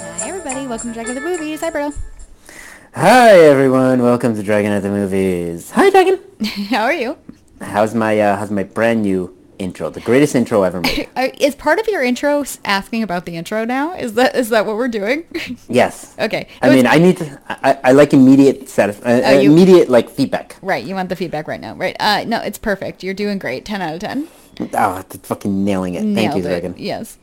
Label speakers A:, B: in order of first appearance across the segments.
A: Welcome to Dragon at the Movies. Hi, Berto.
B: Hi everyone, welcome to Dragon at the Movies. Hi Dragon.
A: How are you?
B: How's my uh, how's my brand new intro? The greatest intro ever made.
A: Uh, Is part of your intro s- asking about the intro now? Is that is that what we're doing?
B: Yes.
A: okay.
B: I
A: It was-
B: mean, I need to. I, I- I like immediate satisf- uh,
A: Oh, you-
B: immediate like feedback.
A: right. You want the feedback right now, right? Uh, no, it's perfect. You're doing great. Ten out of ten.
B: Oh, th- fucking nailing it. Thank you,
A: Nailed it.
B: Dragon.
A: Yes.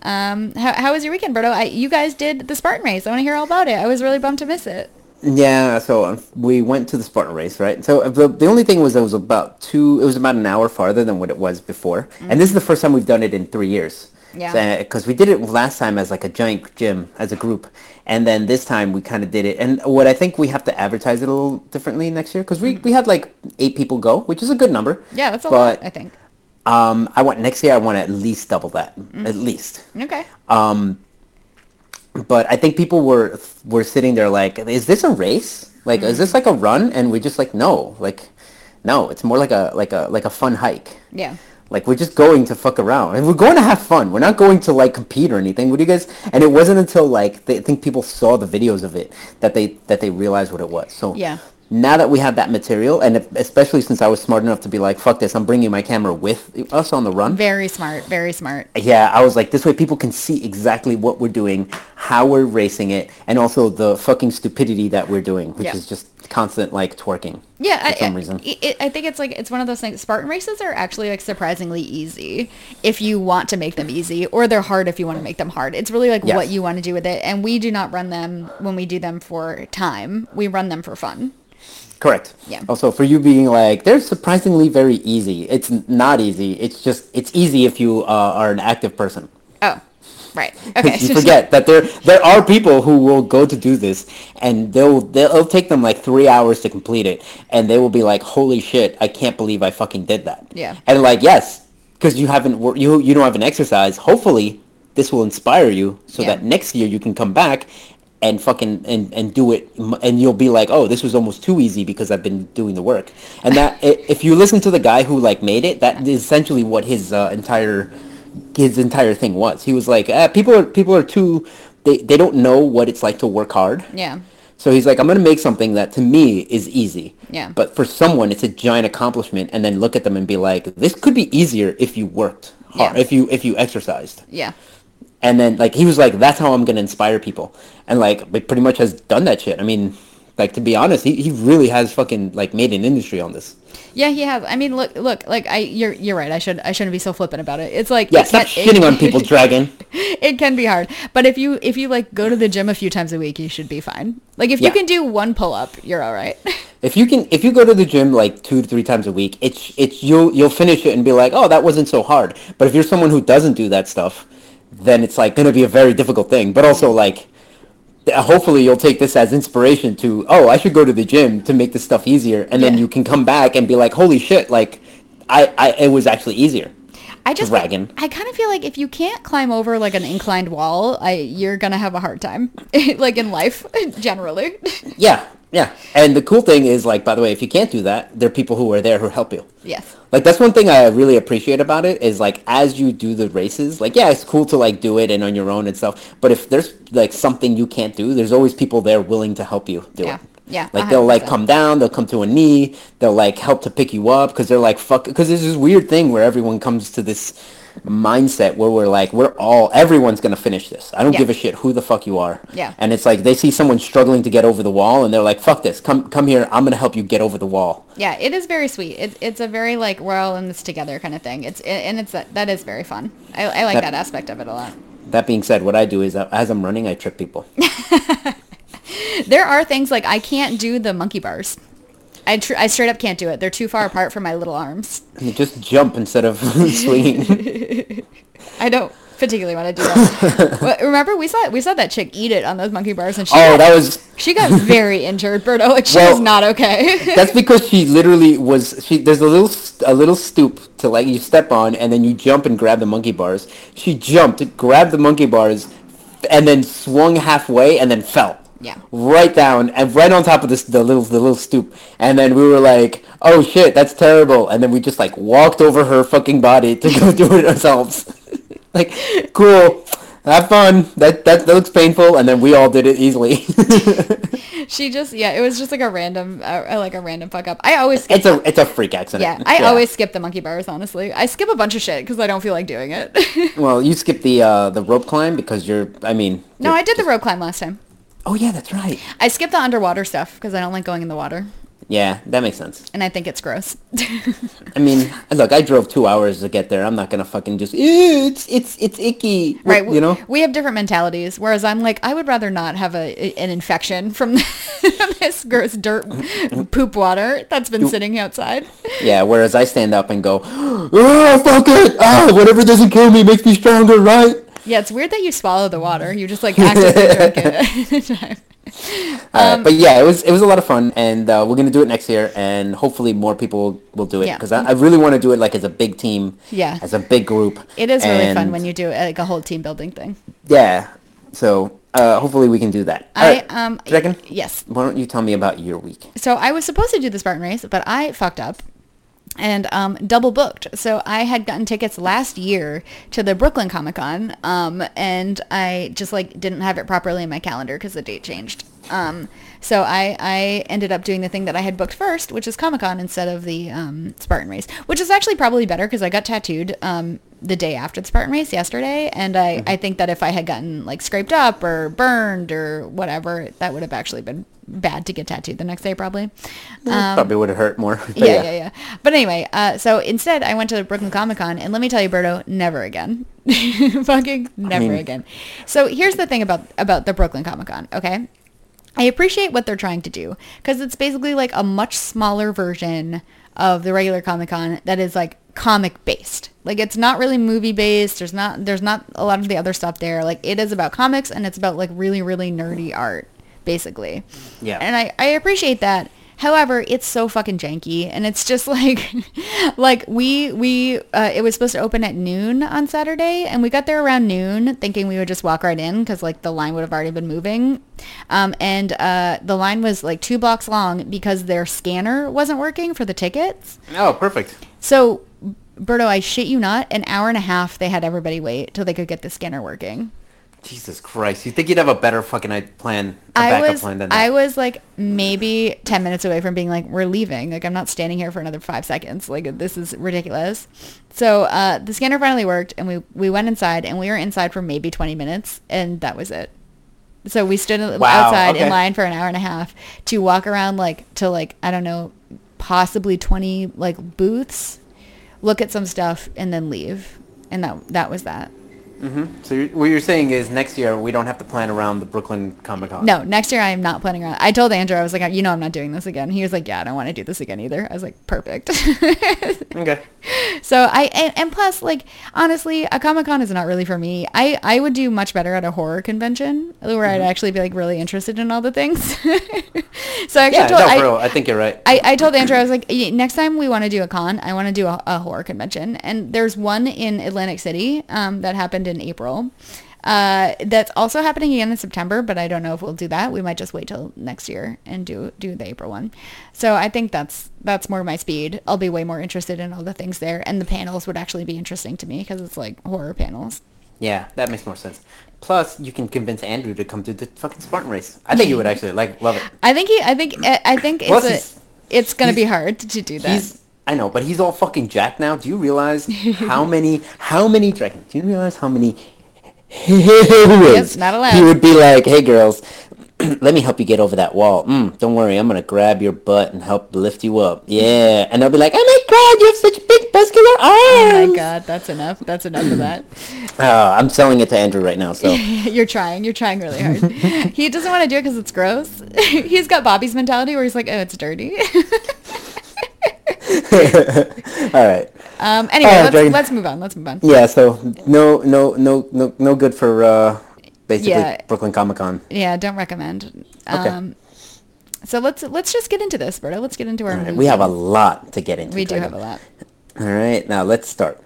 A: Um, how, how was your weekend, Berto? I, you guys did the Spartan race. I want to hear all about it. I was really bummed to miss it.
B: Yeah, so um, we went to the Spartan race, right? So uh, the, the only thing was it was about two, it was about an hour farther than what it was before. And this is the first time we've done it in three years.
A: Yeah.
B: Because we did it last time as like a giant gym, as a group. And then this time we kind of did it. And what I think we have to advertise it a little differently next year, because we, we had like eight people go, which is a good number.
A: Mm. Yeah, that's a lot.
B: but,
A: I think.
B: Um, I want next year, I want to at least double that,
A: Mm.
B: at least
A: Okay.
B: but I think people were were sitting there like, is this a race? Like, is this like a run? And we're just like, no, like, no, it's more like a like a like a fun hike.
A: yeah.
B: Like we're just going to fuck around, and we're going to have fun. We're not going to like compete or anything. What do you guys? And it wasn't until like they, I think people saw the videos of it that they that they realized what it was. So
A: Yeah.
B: Now that we have that material, and if, especially since I was smart enough to be like, "Fuck this! I'm bringing my camera with us on the run."
A: Very smart. Very smart.
B: yeah, I was like, this way people can see exactly what we're doing, how we're racing it, and also the fucking stupidity that we're doing, which
A: Yeah.
B: is just constant like twerking.
A: Yeah,
B: for
A: I,
B: some reason.
A: I- It, I think it's like it's one of those things. Spartan races are actually like surprisingly easy if you want to make them easy, or they're hard if you want to make them hard. It's really like
B: Yes.
A: what you want to do with it. And we do not run them when we do them for time. We run them for fun.
B: Correct.
A: Yeah.
B: Also, for you being like, they're surprisingly very easy. It's n- not easy. It's just it's easy if you uh, are an active person.
A: Oh, right. Okay.
B: you forget that there there are people who will go to do this and they'll they'll it'll take them like three hours to complete it and they will be like holy shit i can't believe i fucking did that
A: Yeah.
B: and like yes because you haven't wor- you you don't have an exercise hopefully this will inspire you so
A: Yeah.
B: that next year you can come back and fucking and, and do it m- and you'll be like oh this was almost too easy because i've been doing the work and that i- if you listen to the guy who like made it that is essentially what his uh, entire his entire thing was. He was like, ah, people are people are too they they don't know what it's like to work hard.
A: yeah.
B: So he's like, I'm gonna make something that to me is easy.
A: Yeah.
B: But for someone, it's a giant accomplishment, and then look at them and be like, this could be easier if you worked hard,
A: Yeah.
B: if you if you exercised.
A: Yeah.
B: And then like he was like, that's how I'm gonna inspire people, and like it pretty much has done that shit. I mean, like to be honest, he, he really has fucking like made an industry on this.
A: Yeah, he has. I mean, look, look, like I, you're, you're right. I should, I shouldn't be so flippant about it. It's like,
B: Yeah,
A: it
B: stop
A: can- it-
B: shitting on people, Dragon.
A: it can be hard. But if you, if you like go to the gym a few times a week, you should be fine. Like if you
B: Yeah.
A: can do one pull up, you're all right.
B: If you can, if you go to the gym like two to three times a week, it's it's you'll you'll finish it and be like, oh, that wasn't so hard. But if you're someone who doesn't do that stuff, then it's like gonna be a very difficult thing. But also like, th- hopefully you'll take this as inspiration to, oh, I should go to the gym to make this stuff easier, and then
A: Yeah.
B: you can come back and be like, holy shit, like, I, I it was actually easier.
A: I just
B: Dragon.
A: I kind of feel like if you can't climb over like an inclined wall, I you're gonna have a hard time, like in life generally.
B: Yeah, yeah. And the cool thing is like, by the way, if you can't do that, there are people who are there who help you.
A: yes.
B: Like that's one thing I really appreciate about it is like as you do the races, like yeah, it's cool to like do it and on your own and stuff. But if there's like something you can't do, there's always people there willing to help you do
A: Yeah.
B: it.
A: Yeah,
B: like they'll like
A: 100%.
B: come down, they'll come to a knee, they'll like help to pick you up because they're like fuck. Because there's this weird thing where everyone comes to this mindset where we're like we're all everyone's gonna finish this. I don't
A: Yeah.
B: give a shit who the fuck you are.
A: Yeah.
B: and it's like they see someone struggling to get over the wall and they're like fuck this, come come here, I'm gonna help you get over the wall.
A: Yeah, it is very sweet. It, it's a very like we're all in this together kind of thing. It's and it's that that is very fun. I, I like that
B: That-
A: aspect of it a lot.
B: That being said, what I do is uh, as I'm running, I trip people.
A: There are things like I can't do the monkey bars. I tr- I straight up can't do it. They're too far apart for my little arms.
B: You just jump instead of swinging.
A: I don't particularly want to do that. Well, Remember, we saw we saw that chick eat it on those monkey bars, and she got-
B: oh, that was.
A: She got very injured, Berto. Like she
B: Well-
A: was not okay.
B: That's because she literally was. She there's a little s- a little stoop to like you step on, and then you jump and grab the monkey bars. She jumped, grabbed the monkey bars, and then swung halfway, and then fell.
A: Yeah.
B: Right down and right on top of this the little the little stoop, and then we were like, "Oh shit, that's terrible!" And then we just like walked over her fucking body to go do it ourselves. like, cool. Have fun. That, that that looks painful, and then we all did it easily.
A: She just yeah, it was just like a random uh, uh, like a random fuck up. I always skip
B: it's a it's a freak accident.
A: yeah, I always skip the monkey bars. Honestly, I skip a bunch of shit because I don't feel like doing it.
B: Well, you skipped the uh, the rope climb because you're. I mean.
A: no,
B: you're-
A: I did the rope climb last time.
B: Oh yeah, that's right.
A: I skipped the underwater stuff because I don't like going in the water,
B: Yeah, that makes sense.
A: and I think it's gross.
B: I mean, look, I drove two hours to get there. I'm not gonna fucking just. Ew, it's it's it's icky. Wh-
A: right?
B: You know.
A: we have different mentalities. Whereas I'm like, I would rather not have a an infection from this gross dirt poop water that's been sitting outside.
B: Yeah. Whereas I stand up and go, oh fuck it, ah, whatever doesn't kill me makes me stronger, right?
A: Yeah, it's weird that you swallow the water. You just like actively drink it. at a time.
B: Uh,
A: Um,
B: but yeah, it was it was a lot of fun, and uh, we're gonna do it next year, and hopefully more people will do it
A: Yeah.
B: because I, I really want to do it like as a big team.
A: Yeah.
B: As a big group.
A: It is really fun
B: and-
A: when you do uh, like a whole team building thing.
B: Yeah. So uh, hopefully we can do that. All
A: I,
B: right.
A: um,
B: Dragon,
A: Yes.
B: why don't you tell me about your week?
A: So I was supposed to do the Spartan race, but I fucked up and um, double booked. So I had gotten tickets last year to the Brooklyn Comic Con, um, and I just like didn't have it properly in my calendar because the date changed. Um, so I, I ended up doing the thing that I had booked first, which is Comic Con instead of the um, Spartan race, which is actually probably better because I got tattooed um, the day after the Spartan race yesterday. And I, I think that if I had gotten like scraped up or burned or whatever, that would have actually been bad to get tattooed the next day probably.
B: Probably would have hurt more. but
A: Um, yeah, yeah, yeah, But anyway, uh, so instead I went to Brooklyn Comic Con, and let me tell you, Berto, never again. Fucking never again. So here's the thing about about the Brooklyn Comic Con, okay? I appreciate what they're trying to do because it's basically like a much smaller version of the regular Comic Con that is like comic based. Like it's not really movie based. There's not there's not a lot of the other stuff there. Like it is about comics and it's about like really really nerdy art basically.
B: Yeah.
A: And I, I appreciate that. However, it's so fucking janky, and it's just like, like we we uh, it was supposed to open at noon on Saturday, and we got there around noon, thinking we would just walk right in because like the line would have already been moving, um, and uh, the line was like two blocks long because their scanner wasn't working for the tickets.
B: Oh, perfect.
A: So, Berto, I shit you not, an hour and a half they had everybody wait till they could get the scanner working.
B: Jesus Christ! You think you'd have a better fucking i- plan, a
A: I
B: backup
A: was,
B: plan than that?
A: I was like maybe 10 minutes away from being like, we're leaving. Like, I'm not standing here for another five seconds. Like, this is ridiculous. So uh, the scanner finally worked and we, we went inside and we were inside for maybe 20 minutes and that was it. So we stood
B: Wow,
A: outside in
B: okay.
A: line for an hour and a half to walk around like to like, I don't know, possibly 20 like booths, look at some stuff and then leave. And that, that was that.
B: Mm-hmm. So you're, what you're saying is next year we don't have to plan around the Brooklyn Comic Con.
A: No, next year I am not planning on. I told Andrew I was like, you know, I'm not doing this again. He was like, yeah, I don't want to do this again either. I was like, perfect.
B: Okay.
A: so I and, and plus, like honestly, a comic con is not really for me. I I would do much better at a horror convention where I'd
B: Mm-hmm.
A: actually be like really interested in all the things. so I actually
B: Yeah,
A: told
B: no,
A: I,
B: for real. I think you're right.
A: I, I told Andrew, I was like, "Y- next time we want to do a con, I want to do a, a horror convention. And there's one in Atlantic City um, that happened in April. Uh, that's also happening again in September, but I don't know if we'll do that. We might just wait till next year and do do the April one. So I think that's that's more my speed. I'll be way more interested in all the things there, and the panels would actually be interesting to me because it's like horror panels.
B: yeah, that makes more sense. Plus, you can convince Andrew to come to the fucking Spartan race. I think he would actually like love it.
A: I think he, I think I I think
B: Plus
A: it's
B: he's-
A: a, it's gonna be
B: he's-
A: hard to do that.
B: He's I know, but he's all fucking jacked now. Do you realize how many how many dragon? Do you realize how many heroes?
A: not allowed.
B: He would be like, "Hey girls, let me help you get over that wall. Mm, don't worry, I'm gonna grab your butt and help lift you up. Yeah." And they'll be like, "Oh my god, you have such big muscular arms!"
A: oh my god, that's enough. That's enough of that.
B: Uh, I'm selling it to Andrew right now. So
A: You're trying. You're trying really hard. he doesn't want to do it because it's gross. he's got Bobby's mentality where he's like, oh, it's dirty.
B: all right,
A: um, anyway,
B: Oh,
A: let's,
B: Dragon.
A: let's move on. Let's move on.
B: yeah. So no, no, no, no, no good for uh, basically
A: Yeah.
B: Brooklyn Comic Con.
A: Yeah, don't recommend.
B: Okay.
A: Um, so let's let's just get into this, Berto. Let's get into our
B: All right,
A: movie.
B: we have a lot to get into.
A: we do
B: Dragon.
A: have a lot.
B: All right, now let's start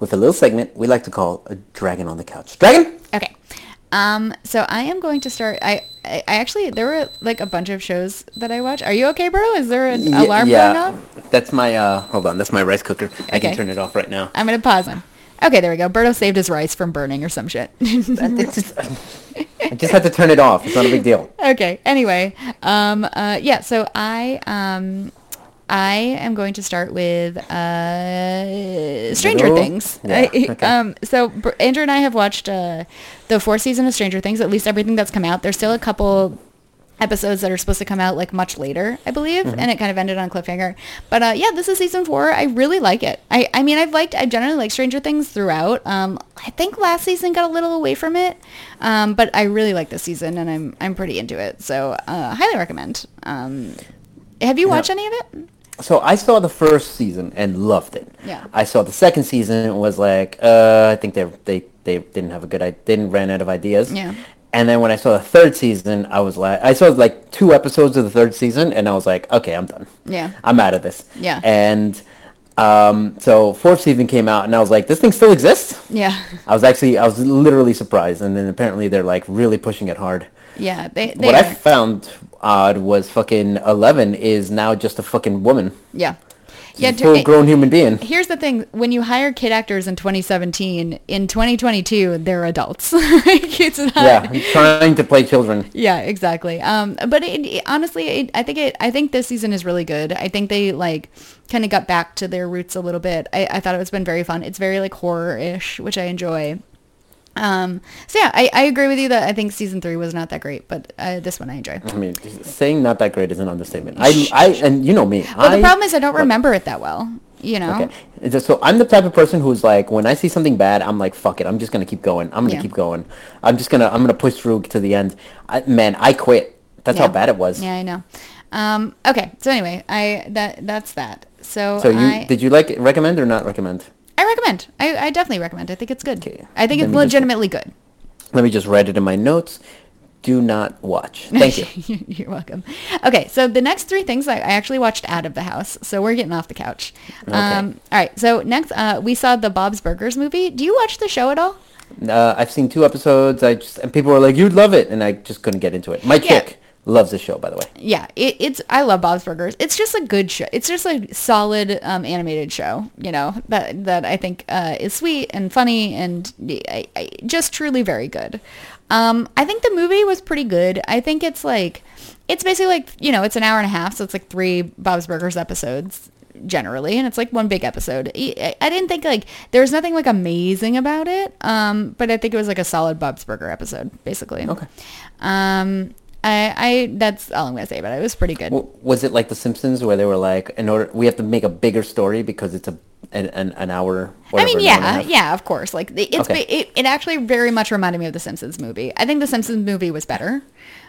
B: with a little segment we like to call a dragon on the couch. Dragon?
A: Okay. Um, so I am going to start. I, I I actually there were like a bunch of shows that I watch. Are you okay, Berto? Is there an alarm going off?
B: That's my uh hold on, that's my rice cooker. I
A: Okay.
B: can turn it off right now.
A: I'm gonna pause him. Okay, there we go. Berto saved his rice from burning or some shit.
B: I just had to turn it off. It's not a big deal.
A: okay. Anyway, um, uh, yeah. So I, um, I am going to start with uh, Stranger
B: Riddle?
A: Things.
B: Yeah,
A: I-
B: okay.
A: um, so Br- Andrew and I have watched uh, the fourth season of Stranger Things, at least everything that's come out. There's still a couple episodes that are supposed to come out like much later, I believe,
B: Mm-hmm.
A: and it kind of ended on a cliffhanger. But uh, yeah, this is season four. I really like it. I, I mean, I've liked, I generally like Stranger Things throughout. Um, I think last season got a little away from it, um, but I really like this season, and I'm I'm pretty into it. So uh, highly recommend. Um, have you watched any of it?
B: So I saw the first season and loved it.
A: Yeah.
B: I saw the second season and was like, uh, I think they they they didn't have a good idea. Didn't ran out of ideas.
A: Yeah.
B: And then when I saw the third season, I was like, I saw like two episodes of the third season, and I was like, okay, I'm done.
A: Yeah.
B: I'm out of this.
A: Yeah.
B: And um, so fourth season came out, and I was like, this thing still exists.
A: Yeah.
B: I was actually, I was literally surprised, and then apparently they're like really pushing it hard.
A: Yeah, they, they
B: What
A: are.
B: I found odd was fucking Eleven is now just a fucking woman.
A: yeah. Yeah,
B: She's a
A: to-
B: full grown human being.
A: here's the thing when you hire kid actors in 2017 in 2022 they're adults like it's not
B: Yeah, trying to play children.
A: Yeah, exactly. Um, but it, it- honestly, it, I think it. I think this season is really good. I think they like kind of got back to their roots a little bit. I, I thought it was been very fun. It's very like horror ish, which I enjoy. Um, so yeah, I, I agree with you that I think season three was not that great, but uh, this one I enjoy.
B: I mean, saying not that great is an understatement. I, I, and you know me.
A: Well,
B: I-
A: the problem is I don't remember it that well. You know.
B: Okay. It's just- So I'm the type of person who's like, when I see something bad, I'm like, fuck it. I'm just gonna keep going. I'm gonna
A: Yeah.
B: keep going. I'm just gonna, I'm gonna push through to the end. I, man, I quit. That's
A: Yeah.
B: how bad it was.
A: Yeah, I know. Um, okay, so anyway, I that that's that. So,
B: So you,
A: I,
B: did you like recommend or not recommend?
A: I recommend. I, I definitely recommend. I think it's good.
B: Okay,
A: I think it's
B: let me just-
A: legitimately good.
B: Let me just write it in my notes. Do not watch. Thank you.
A: You're welcome. Okay, so the next three things I, I actually watched out of the house, so we're getting off the couch. Um, all right, so next uh, we saw the Bob's Burgers movie. Do you watch the show at all?
B: Uh, I've seen two episodes. I just and people were like, "You'd love it," and I just couldn't get into it. My
A: Yeah.
B: chick loves this show, by the way.
A: Yeah, it, it's I love Bob's Burgers. It's just a good show. It's just a solid um, animated show, you know that that I think uh, is sweet and funny and I, I, just truly very good. Um, I think the movie was pretty good. I think it's like it's basically like you know it's an hour and a half, so it's like three Bob's Burgers episodes generally and it's like one big episode E, i I didn't think like there was nothing like amazing about it um but i think it was like a solid bob's burger episode basically okay um i i that's all i'm gonna say about it it was pretty good
B: W- Was it like The Simpsons, where they were like, "In order, we have to make a bigger story because it's a an an, an hour."
A: I
B: whatever,
A: mean,
B: an hour and
A: yeah,
B: a half.
A: yeah, of course. Like the- it's
B: Okay.
A: it, it actually very much reminded me of the Simpsons movie. I think the Simpsons movie was better.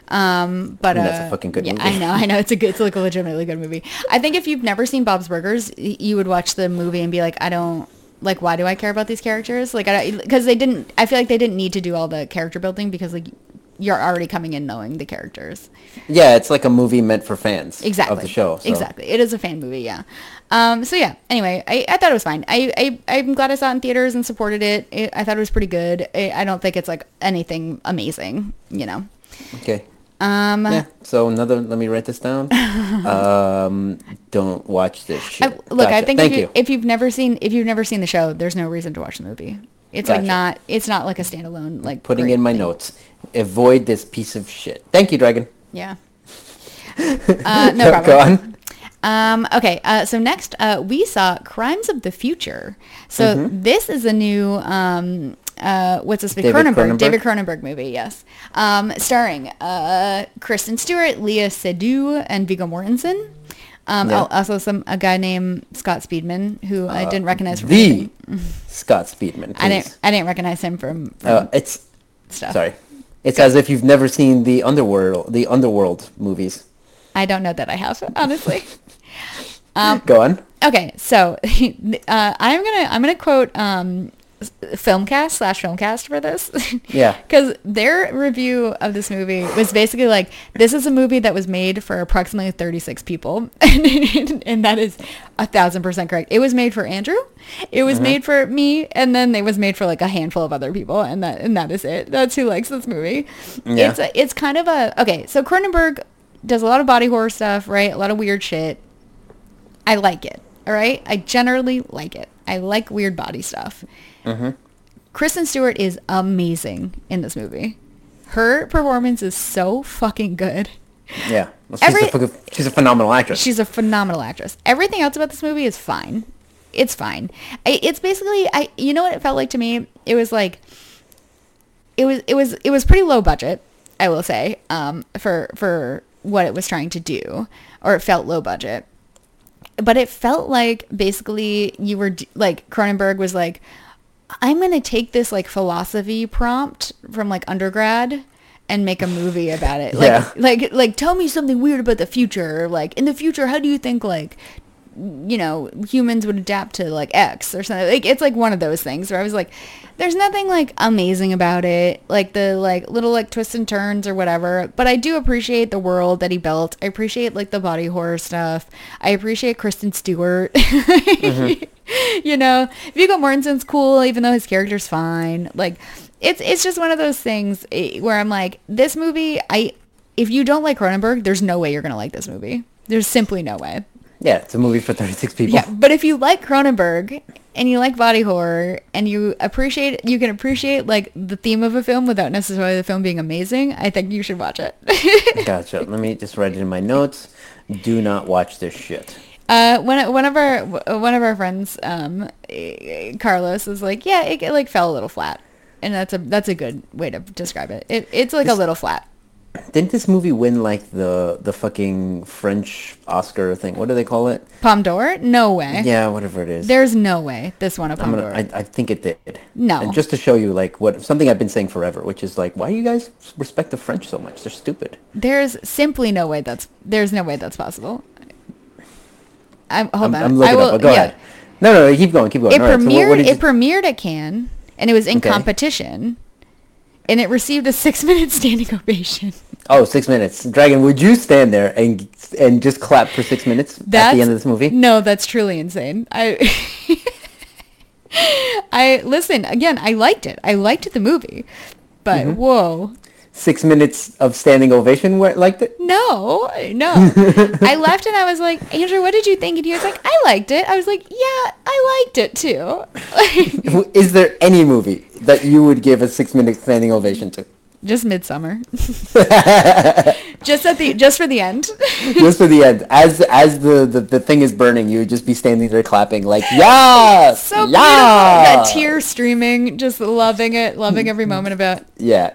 A: Um, but
B: I mean, that's a
A: uh,
B: fucking good
A: yeah,
B: movie.
A: I know, I know. It's a good, it's like a legitimately good movie. I think if you've never seen Bob's Burgers, y- you would watch the movie and be like, I don't like. Why do I care about these characters? Like, I because they didn't. I feel like they didn't need to do all the character building because like you're already coming in knowing the characters.
B: Yeah, it's like a movie meant for fans
A: exactly
B: of the show. So.
A: Exactly, it is a fan movie. Yeah. Um, so yeah. Anyway, I, I thought it was fine. I, I I'm glad I saw it in theaters and supported it. it I thought it was pretty good. I, I don't think it's like anything amazing, you know.
B: Okay.
A: Um,
B: Yeah. So another. Let me write this down. um, don't watch this
A: I,
B: shit.
A: look, I think
B: Thank
A: if, you,
B: you.
A: if you've never seen if you've never seen the show, there's no reason to watch the movie. It's like
B: Gotcha.
A: not it's not like a standalone like
B: Putting
A: great
B: in my
A: thing.
B: notes. Avoid this piece of shit. Thank you, Dragon.
A: Yeah. Uh, no problem.
B: Go on.
A: Um, okay, uh, so next uh, we saw Crimes of the Future. So this is a new, um, uh, what's this?
B: Mm-hmm. David Cronenberg.
A: David Cronenberg movie, yes. Um, starring uh, Kristen Stewart, Leah Seydoux, and Viggo Mortensen. Um,
B: Yeah.
A: al- Also some a guy named Scott Speedman, who I didn't recognize from
B: The
A: anything.
B: Scott Speedman.
A: I
B: please.
A: didn't, Oh. I didn't recognize him from, from
B: Uh, it's
A: stuff.
B: sorry. It's as if you've never seen the underworld, the underworld movies.
A: I don't know that I have, honestly.
B: Go on.
A: Okay, so uh, I'm gonna I'm gonna quote um, s- Filmcast slash Filmcast for this.
B: Yeah.
A: because their review of this movie was basically like, "This is a movie that was made for approximately 36 people," and, that is a thousand percent correct. It was made for Andrew, it was made for me, and then it was made for like a handful of other people, and that and that is it. That's who likes this movie.
B: Yeah.
A: It's a, it's kind of a okay. So Cronenberg does a lot of body horror stuff, right? A lot of weird shit. I like it. All right. I generally like it. I like weird body stuff. Kristen Stewart is amazing in this movie. Her performance is so fucking good.
B: Yeah. Well, she's,
A: Every-
B: a, fucking- she's a phenomenal actress.
A: She's a phenomenal actress. Everything else about this movie is fine. It's fine. I, it's basically I you know what it felt like to me? It was like it was it was it was pretty low budget, I will say, um for for what it was trying to do or it felt low budget. But it felt like basically you were d- like Cronenberg was like I'm going to take this like philosophy prompt from like undergrad and make a movie about it. Like
B: Yeah.
A: like like tell me something weird about the future or, like in the future how do you think like you know humans would adapt to like x or something like it's like one of those things where i was like there's nothing like amazing about it like the like little like twists and turns or whatever but i do appreciate the world that he built i appreciate like the body horror stuff i appreciate kristen stewart you know vigo mortensen's cool even though his character's fine like it's it's just one of those things eh, where i'm like this movie i if you don't like Cronenberg, there's no way you're going to like this movie. There's simply no way.
B: yeah, it's a movie for 36 people.
A: Yeah, but if you like Cronenberg and you like body horror and you appreciate you can appreciate like the theme of a film without necessarily the film being amazing, I think you should watch it.
B: Gotcha. Let me just write it in my notes. Do not watch this shit.
A: Uh, one one of our one of our friends, um, eh, Carlos, is like, yeah, it, it like fell a little flat, and that's a that's a good way to describe it. it it's like a little flat.
B: Didn't this movie win like the the fucking French Oscar thing? What do they call it?
A: Palme d'Or? No way.
B: Yeah, whatever it is.
A: There's no way this one a
B: I'm
A: Palme
B: gonna,
A: d'Or.
B: I, I think it did.
A: No.
B: And just to show you like what something I've been saying forever, which is like, why do you guys respect the French so much? They're stupid.
A: There's simply no way that's there's no way that's possible. I'm hold
B: I'm,
A: on.
B: I'm
A: I
B: looking
A: will,
B: up. but Go
A: yeah.
B: ahead. No, no, no, keep going, keep going.
A: It
B: All right, so what-
A: premiered.
B: what did
A: it
B: you-
A: premiered at Cannes, and it was in
B: Okay.
A: competition, and it received a six-minute standing ovation.
B: Oh, six minutes. Dragon, would you stand there and and just clap for six minutes
A: That's
B: at the end of this movie?
A: No, that's truly insane. I. I listen again. I liked it. I liked the movie, but
B: Mm-hmm.
A: whoa,
B: Six minutes of standing ovation where liked it?
A: no, no. I left and I was like, Andrew, what did you think? And he was like, I liked it. I was like, yeah, I liked it too.
B: Is there any movie that you would give a six minute standing ovation to?
A: just midsummer. just at the just for the end.
B: Just for the end. As as the, the, the thing is burning, you would just be standing there clapping like, Yes!
A: So beautiful.
B: yeah!
A: That tear streaming, just loving it, loving every moment of it.
B: Yeah.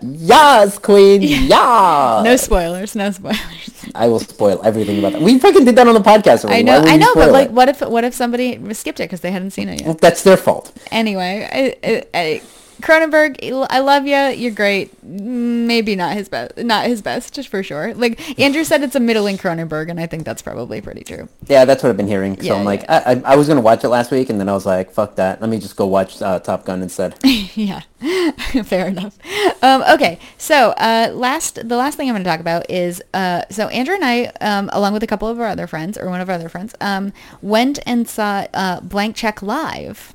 B: Yes, Queen! Yeah!
A: No spoilers, no spoilers.
B: I will spoil everything about that. We fucking did that on the podcast
A: I
B: already. Why
A: know,
B: would
A: I
B: you
A: know, but
B: spoil
A: like,
B: it?
A: what if what if somebody skipped it because they hadn't seen it yet?
B: That's their fault.
A: Anyway, I, I, I, Cronenberg, I love you. You're great. Maybe not his best, not his best, just for sure. Like Andrew said, it's a middling Cronenberg, and I think that's probably pretty true.
B: Yeah, that's what I've been hearing. So
A: Yeah,
B: I'm like, I, I, I was gonna watch it last week, and then I was like, fuck that. Let me just go watch uh, Top Gun instead.
A: yeah, fair enough. Um, okay, so uh, last the last thing I'm going to talk about is uh, so Andrew and I, um, along with a couple of our other friends or one of our other friends, um, went and saw uh, Blank Check live.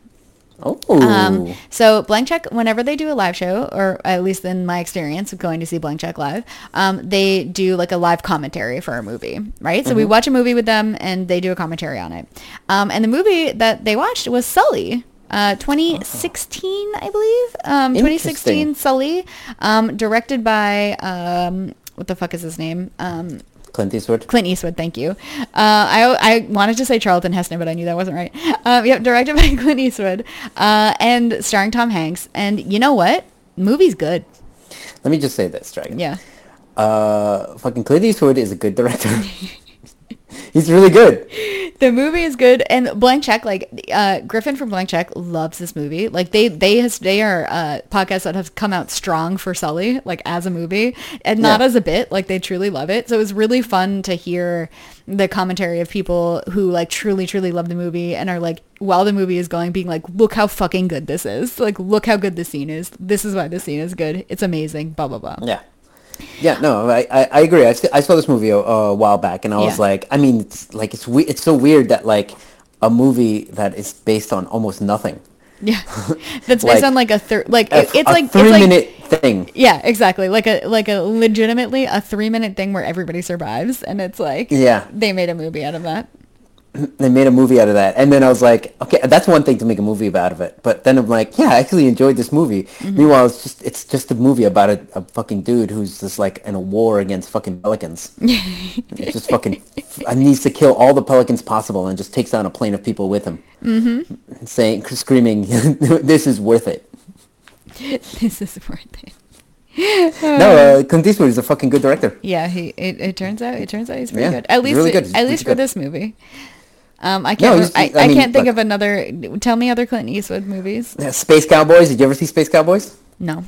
B: Oh,
A: Um, so Blank Check, whenever they do a live show, or at least in my experience of going to see Blank Check live, um, they do like a live commentary for a movie, right? So we watch a movie with them and they do a commentary on it. Um, and the movie that they watched was Sully. Uh, 2016, I believe. Um, 2016
B: Interesting.
A: Sully, um, directed by um, what the fuck is his name? Um,
B: Clint Eastwood.
A: Clint Eastwood, thank you. Uh, I, I wanted to say Charlton Heston, but I knew that wasn't right. Um, yep, directed by Clint Eastwood uh, and starring Tom Hanks. And you know what? Movie's good.
B: Let me just say this, Dragon.
A: Yeah.
B: Uh, fucking Clint Eastwood is a good director. He's really good.
A: The movie is good. And Blank Check, like uh, Griffin from Blank Check loves this movie. Like they they has, they are uh, podcasts that have come out strong for Sully, like as a movie and not
B: Yeah.
A: as a bit. Like they truly love it. So it was really fun to hear the commentary of people who like truly, truly love the movie and are like, while the movie is going, being like, look how fucking good this is. Like, look how good this scene is. This is why this scene is good. It's amazing. Blah, blah, blah.
B: Yeah. Yeah, no, I, I, I agree. I, s- I saw this movie a, a while back, and I was
A: Yeah.
B: like, I mean, it's like it's we- it's so weird that like a movie that is based on almost nothing,
A: Yeah. That's based
B: Like,
A: on like a third, like,
B: a,
A: it- it's
B: a
A: like, it's
B: three
A: like,
B: minute thing.
A: Yeah, exactly. Like a like a legitimately a three minute thing where everybody survives, and it's like
B: Yeah.
A: they made a movie out of that.
B: they made a movie out of that. And then I was like, okay, that's one thing to make a movie about of it. But then I'm like, yeah, I actually enjoyed this movie.
A: Mm-hmm.
B: Meanwhile, it's just it's just a movie about a, a fucking dude who's just like in a war against fucking pelicans. It just fucking uh, needs to kill all the pelicans possible and just takes down a plane of people with him, mm-hmm. saying screaming, "This is worth it."
A: this is worth it.
B: No, uh, Clint Eastwood is a fucking good director.
A: Yeah, he. It, it turns out. It turns out he's pretty
B: Yeah,
A: good. At
B: he's
A: least,
B: really good. He's
A: at least
B: pretty
A: for
B: good.
A: this movie. Um, I can't.
B: he's-
A: I,
B: I
A: I,
B: mean,
A: can't think
B: look.
A: of another. Tell me other Clint Eastwood movies.
B: Yeah, Uh, Space Cowboys. Did you ever see Space Cowboys?
A: No.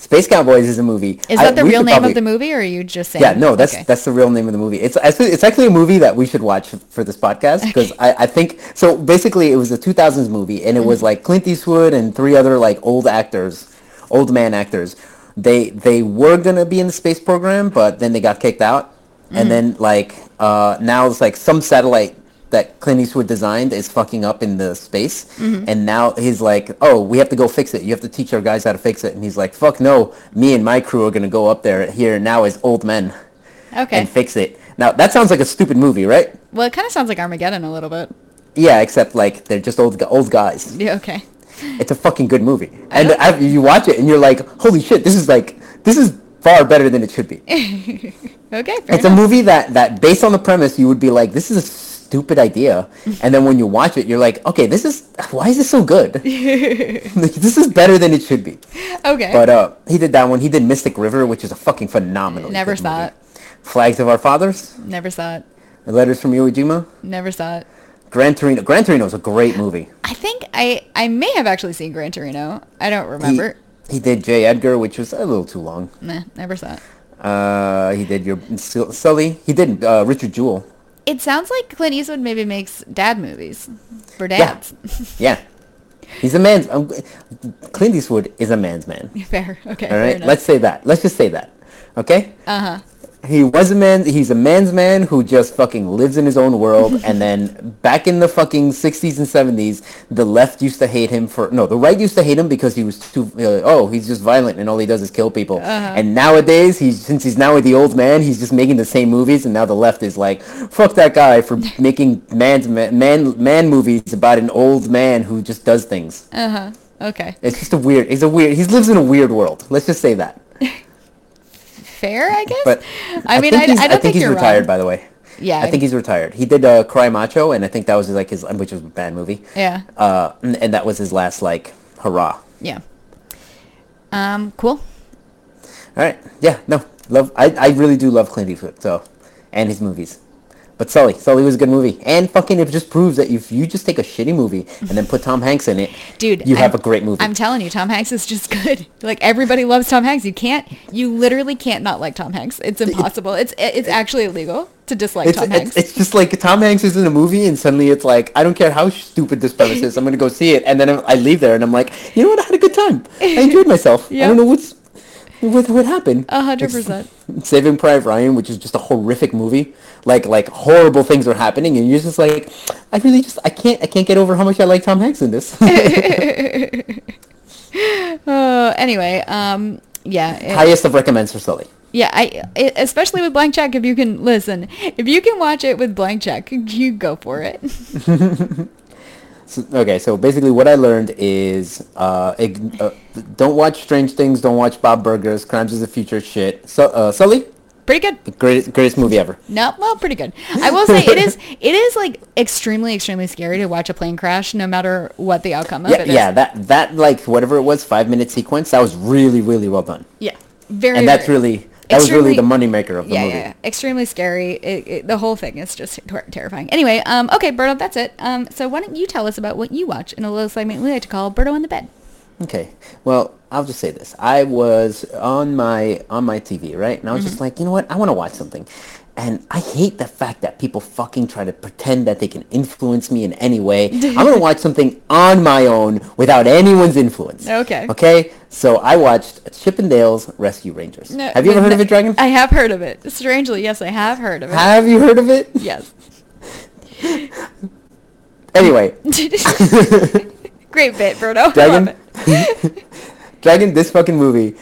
B: Space Cowboys is a movie.
A: Is
B: I-
A: that the
B: we
A: real
B: should
A: name
B: probably-
A: of the movie, or are you just saying?
B: Yeah, no, that's
A: Okay.
B: that's the real name of the movie. It's actually, it's actually a movie that we should watch for this podcast because I, I think so. Basically, it was a 2000s movie, and it was like Clint Eastwood and three other like old actors, old man actors. They they were gonna be in the space program, but then they got kicked out, and then like uh, now it's like some satellite that Clint Eastwood designed is fucking up in the space, and now he's like, "Oh, we have to go fix it. You have to teach our guys how to fix it." And he's like, "Fuck no, me and my crew are gonna go up there here and now as old men."
A: okay.
B: and fix it. Now that sounds like a stupid movie, right?
A: well, it kind of sounds like Armageddon a little bit.
B: Yeah, except like they're just old gu- old guys.
A: Yeah. Okay.
B: It's a fucking good movie, and I, you watch it and you're like, holy shit, this is like this is far better than it should be.
A: Okay. Fair
B: It's a movie that that based on the premise, you would be like, this is a stupid idea, and then when you watch it, you're like, okay, this is why is this so good? Like, this is better than it should be.
A: enough. okay.
B: But uh, he did that one. He did Mystic River, which is a fucking phenomenal.
A: Never saw it.
B: Flags of Our Fathers,
A: Never saw it.
B: Letters from Iwo Jima.
A: Never saw it.
B: Gran Torino. Gran Torino is a great movie.
A: I think I I may have actually seen Gran Torino. I don't
B: He,
A: remember.
B: he did J. Edgar, which was a little too long.
A: nah, never saw it.
B: Uh, he did your Sul- Sully. He did uh, Richard Jewell.
A: It sounds like Clint Eastwood maybe makes dad movies for
B: Yeah,
A: dads.
B: yeah. He's a man's. Um, Clint Eastwood is a man's man.
A: fair. Okay.
B: All
A: fair
B: right,
A: enough.
B: let's say that. Let's just say that. Okay.
A: Uh huh.
B: He was a man. He's a man's man who just fucking lives in his own world. and then back in the fucking sixties and seventies, the left used to hate him for no, the right used to hate him because he was too. Uh, oh, he's just violent and all he does is kill people.
A: Uh-huh.
B: And nowadays, he's since he's now with the old man, he's just making the same movies. And now the left is like, fuck that guy for making man's man man, man movies about an old man who just does things.
A: Uh huh. Okay.
B: It's just a weird. It's a weird. He lives in a weird world. Let's just say that.
A: Fair, I guess.
B: But
A: I mean, I,
B: think
A: I
B: he's,
A: don't think,
B: he's
A: you're
B: retired,
A: wrong.
B: by the way.
A: Yeah,
B: I think he's retired. He did uh, Cry Macho, and I think that was his, like his, which was a bad movie.
A: Yeah.
B: Uh, and, and that was his last like hurrah.
A: Yeah. Um. Cool.
B: All right. Yeah. No. Love. I, I really do love Clint Eastwood. So, and his movies. But Sully, Sully was a good movie, and fucking it just proves that if you just take a shitty movie and then put Tom Hanks in it,
A: Dude,
B: you have
A: I'm-
B: a great movie.
A: I'm telling you, Tom Hanks is just good. Like everybody loves Tom Hanks. You can't, you literally can't not like Tom Hanks. It's impossible. It's it's actually illegal to dislike
B: it's,
A: Tom
B: it's,
A: Hanks.
B: it's just like Tom Hanks is in a movie and suddenly it's like, I don't care how stupid this premise is, I'm going to go see it. And then I I leave there and I'm like, you know what, I had a good time. I enjoyed myself. I
A: Yeah.
B: don't know what's, what, what happened.
A: A hundred
B: It's-
A: percent.
B: Saving Private Ryan, which is just a horrific movie. Like, like horrible things are happening and you're just like, I really just, I can't, I can't get over how much I like Tom Hanks in this.
A: Oh, anyway, um, yeah, it-
B: Highest of recommends for Sully.
A: yeah. I it, especially with blank check. If you can listen, if you can watch it with blank check, you go for it.
B: So, okay, so basically what I learned is uh, ig- uh, don't watch Strange Things, don't watch Bob Burgers, Crimes of the Future shit. So, uh, Sully,
A: Pretty good.
B: greatest greatest movie ever.
A: No, well, pretty good. I will say it is it is like extremely extremely scary to watch a plane crash, no matter what the outcome of
B: Yeah,
A: it is.
B: yeah, that that like whatever it was, five minute sequence, that was really really well done,
A: yeah, very.
B: and that's
A: very-
B: really that was really
A: Extremely-
B: the moneymaker of the
A: yeah,
B: movie.
A: yeah, yeah. extremely scary. It, it, the whole thing is just ter- terrifying. Anyway, um, okay, Berto, that's it. Um, so why don't you tell us about what you watch in a little segment we like to call Berto on the bed?
B: Okay, well I'll just say this: I was on my on my TV right, and I was
A: Mm-hmm.
B: just like, you know what, I want to watch something, and I hate the fact that people fucking try to pretend that they can influence me in any way. I'm gonna watch something on my own without anyone's influence.
A: Okay.
B: Okay. So I watched Chippendales Rescue Rangers.
A: No,
B: have you ever
A: with
B: heard of
A: no-
B: it, Dragon?
A: I have heard of it. Strangely, yes, I have heard of it.
B: have you heard of it?
A: yes.
B: Anyway,
A: Great bit, Berto. I love
B: Dragon.
A: it.
B: Dragon, this fucking movie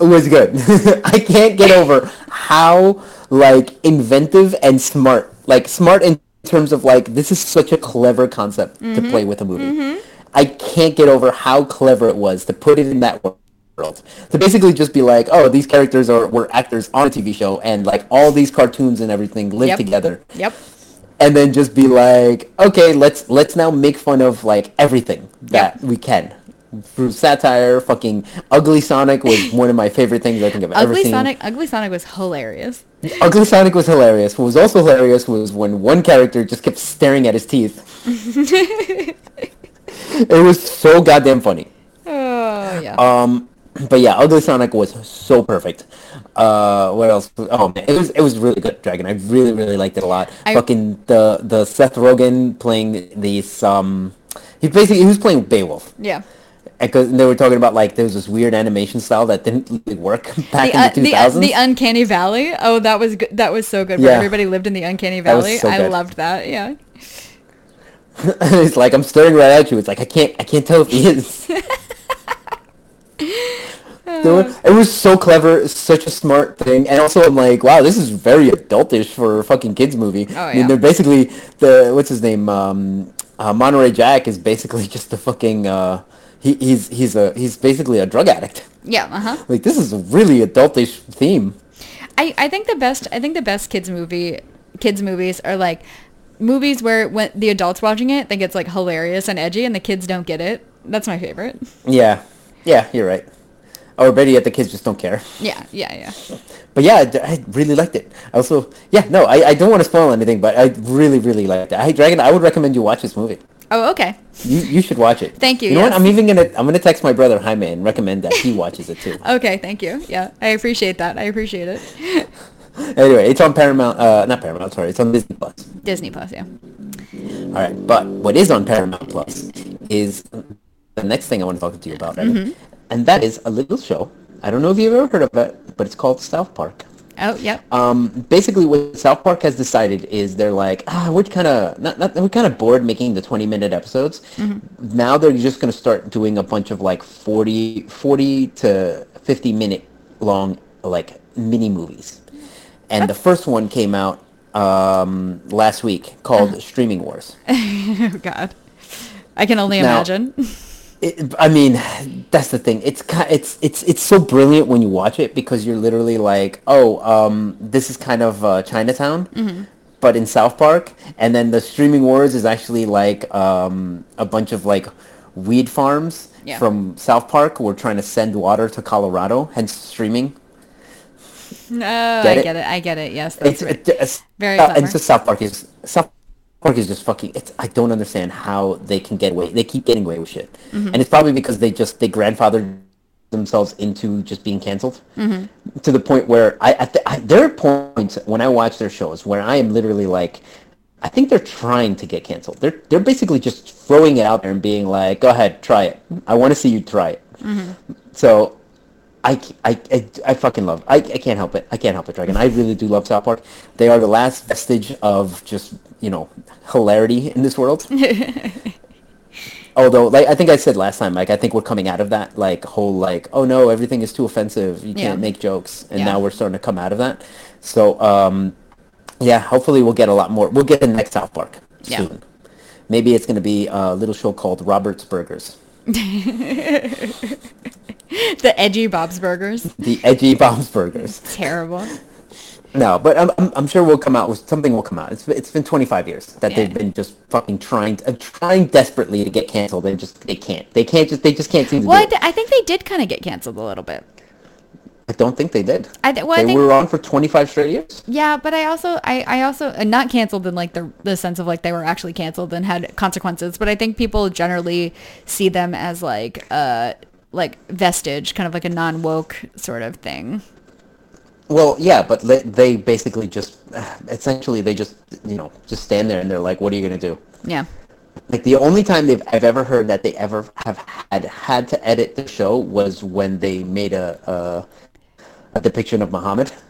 B: was good. I can't get over how like inventive and smart, like smart and terms of like this is such a clever concept
A: Mm-hmm.
B: to play with a movie. I can't get over how clever it was to put it in that wo- world. To basically just be like, oh, these characters are were actors on a TV show, and like all these cartoons and everything live
A: Yep.
B: together
A: Yep.
B: and then just be like, okay, let's let's now make fun of like everything that we can through satire. Fucking ugly Sonic was one of my favorite things I think I've ever
A: Ugly
B: seen.
A: Sonic. Ugly Sonic was hilarious.
B: Ugly Sonic was hilarious. What was also hilarious was when one character just kept staring at his teeth. it was so goddamn funny.
A: Oh yeah.
B: Um, but yeah, Ugly Sonic was so perfect. Uh, what else? Oh man, it was it was really good. Dragon, I really really liked it a lot.
A: I-
B: Fucking the the Seth Rogen playing these um, he basically he was playing Beowulf.
A: yeah.
B: Because they were talking about like there was this weird animation style that didn't really work back
A: The, uh,
B: in the two
A: the, uh,
B: thousands.
A: the uncanny valley. Oh, that was good. That was so good.
B: Yeah.
A: Where everybody lived in the uncanny
B: That was
A: valley.
B: so
A: I
B: good.
A: loved that. Yeah.
B: it's like I'm staring right at you. It's like I can't I can't tell if he is. They were- it was so clever, such a smart thing, and also I'm like, wow, this is very adultish for a fucking kids movie.
A: Oh,
B: I
A: yeah.
B: mean, they're basically the what's his name, um, uh, Monterey Jack is basically just the fucking uh, he, he's he's a he's basically a drug addict.
A: Yeah. Uh huh.
B: Like this is a really adultish theme.
A: I, I think the best I think the best kids movie kids movies are like movies where when the adults watching it think it's like hilarious and edgy and the kids don't get it. That's my favorite.
B: Yeah, yeah, you're right. Or better yet, the kids just don't care.
A: Yeah, yeah, yeah.
B: But yeah, I d- I really liked it. I Also, yeah, no, I, I don't want to spoil anything, but I really, really liked it. Hey, Dragon, I would recommend you watch this movie.
A: Oh, okay.
B: You you should watch it.
A: Thank you,
B: You know
A: yes.
B: what? I'm even gonna I'm gonna text my brother Jaime and recommend that he watches it too.
A: Okay, thank you. Yeah, I appreciate that. I appreciate it.
B: anyway, it's on Paramount. Uh, not Paramount. Sorry, it's on Disney Plus.
A: Disney Plus, yeah.
B: All right, but what is on Paramount Plus is the next thing I want to talk to you about, Evan,
A: Mm-hmm.
B: and that is a little show. I don't know if you've ever heard of it, but it's called South Park.
A: Oh, yep.
B: um, basically what South Park has decided is they're like, ah, we're kind of not, not we're kind of bored making the 20 minute episodes. Now they're just going to start doing a bunch of like 40, 40 to 50 minute long like mini movies. And the first one came out um, last week called Streaming Wars.
A: Oh god. I can only
B: Now-
A: imagine.
B: It, I mean, that's the thing. It's ki- it's it's it's so brilliant when you watch it because you're literally like, oh, um, this is kind of uh, Chinatown, but in South Park. And then the streaming wars is actually like um, a bunch of like weed farms
A: Yeah.
B: from South Park. We're trying to send water to Colorado, hence streaming.
A: No,
B: Get
A: I
B: it?
A: get it. I get it. Yes, that's
B: It's,
A: right.
B: it- it's-
A: Very
B: uh, and
A: clever.
B: so South Park is South Park is just fucking. It's I don't understand how they can get away. They keep getting away with shit,
A: Mm-hmm.
B: and it's probably because they just they grandfathered themselves into just being canceled
A: Mm-hmm.
B: to the point where I, I, th- I there are points when I watch their shows where I am literally like. I think they're trying to get canceled. They're they're basically just throwing it out there and being like, "Go ahead, try it. I want to see you try it."
A: Mm-hmm.
B: So I, c- I- I- I fucking love. I, I can't help it. I can't help it, Dragon. I really do love South Park. They are the last vestige of just you know hilarity in this world. Although, like I think I said last time, like I think we're coming out of that like whole like oh no, everything is too offensive. You
A: Yeah.
B: can't make jokes, and
A: Yeah.
B: now we're starting to come out of that. So um, yeah, hopefully we'll get a lot more. We'll get the next South Park
A: Yeah.
B: soon. Maybe it's going to be a little show called Robert's Burgers.
A: the edgy Bob's Burgers.
B: The edgy Bob's Burgers.
A: Terrible.
B: No, but I'm, I'm, I'm sure we'll come out with something. Will come out. It's it's been 25 years that
A: Yeah.
B: they've been just fucking trying, uh, trying desperately to get canceled. They just they can't. They can't just they just can't seem to.
A: Well, I,
B: Do it.
A: d- I think they did kind of get canceled a little bit.
B: I don't think they did.
A: I th- well, I
B: they
A: think-
B: were on for 25 straight years.
A: Yeah, but I also I, I also uh, not canceled in like the the sense of like they were actually canceled and had consequences, but I think people generally see them as like uh like vestige, kind of like a non woke sort of thing.
B: Well, yeah, but they, they basically just essentially they just you know just stand there and they're like, what are you gonna do?
A: Yeah.
B: Like the only time they've I've ever heard that they ever have had had to edit the show was when they made a a, a depiction of Muhammad.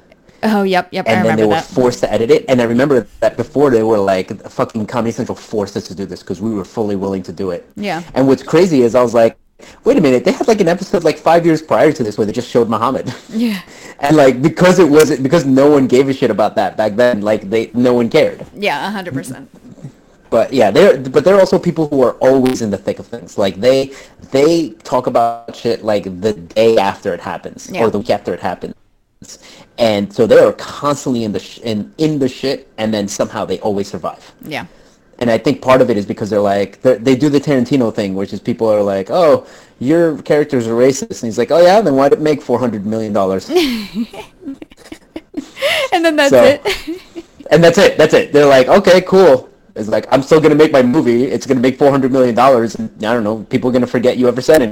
A: Oh yep, yep, I
B: and then they
A: remember
B: were
A: that.
B: forced to edit it. And I remember that before they were like, "Fucking Comedy Central forced us to do this because we were fully willing to do it."
A: Yeah.
B: And what's crazy is I was like, "Wait a minute! They had like an episode like five years prior to this where they just showed Muhammad."
A: yeah.
B: and like because it wasn't because no one gave a shit about that back then, like they no one cared.
A: Yeah, hundred percent.
B: But yeah, they're but they're also people who are always in the thick of things. Like they they talk about shit like the day after it happens
A: Yeah.
B: or the week after it happens. And so they are constantly in the sh- in, in the shit, and then somehow they always survive.
A: Yeah.
B: And I think part of it is because they're like they're, they do the Tarantino thing, which is people are like, "Oh, your characters are racist," and he's like, "Oh yeah, then why did it make four hundred million dollars?"
A: And then that's
B: So-
A: it.
B: and that's it. That's it. They're like, "Okay, cool." It's like I'm still gonna make my movie. It's gonna make four hundred million dollars, and I don't know. People are gonna forget you ever said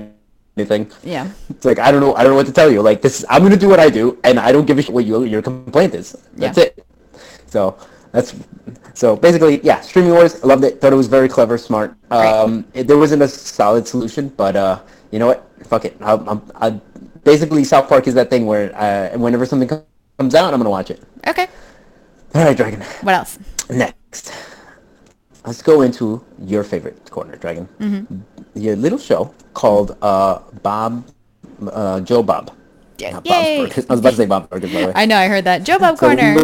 B: anything.
A: yeah.
B: It's like I don't know. I don't know what to tell you. Like this, I'm gonna do what I do, and I don't give a shit what you, your complaint is. That's
A: Yeah.
B: it. So that's so basically, yeah. Streaming wars, I loved it. Thought it was very clever, smart. Um, it, there wasn't a solid solution, but uh, you know what? Fuck it. I'm, I'm, I basically South Park is that thing where uh, whenever something com- comes out, I'm gonna watch it.
A: Okay.
B: All right, Dragon.
A: What else?
B: Next, let's go into your favorite corner, Dragon.
A: Mm-hmm.
B: Your little show called uh, Bob, uh, Joe Bob.
A: Yeah.
B: Not
A: Yay.
B: Bob's Burgers. I was about to say Bob Burgers, by the way.
A: I know. I heard that. Joe Bob
B: So-
A: Corner.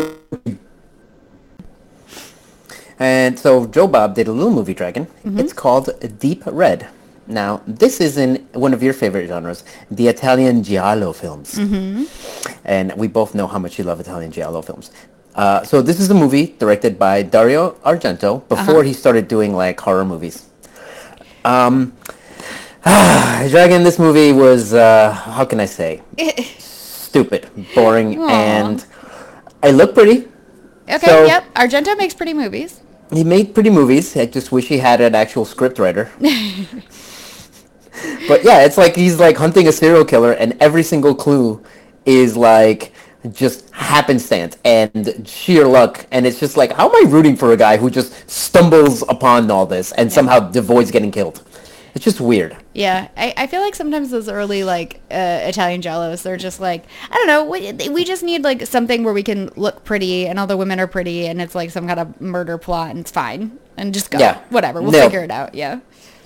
B: And so Joe Bob did a little movie, Dragon.
A: Mm-hmm.
B: It's called Deep Red. Now, this is in one of your favorite genres, the Italian giallo
A: Mm-hmm.
B: films. And we both know how much you love Italian giallo films. Uh, so this is a movie directed by Dario Argento before he started doing like horror movies. Um, Dragon, this movie was, uh, how can I say, stupid, boring,
A: Aw.
B: and it looked pretty.
A: Okay.
B: So-
A: yep. Argento makes pretty movies.
B: He made pretty movies. I just wish he had an actual scriptwriter. but yeah, it's like he's like hunting a serial killer, and every single clue is like just happenstance and sheer luck. And it's just like, how am I rooting for a guy who just stumbles upon all this and somehow avoids getting killed? It's just weird.
A: Yeah, I, I feel like sometimes those early like uh, Italian giallos, they're just like I don't know. We, they- we just need like something where we can look pretty and all the women are pretty, and it's like some kind of murder plot, and it's fine, and just go,
B: Yeah.
A: whatever, we'll
B: No.
A: figure it out. Yeah,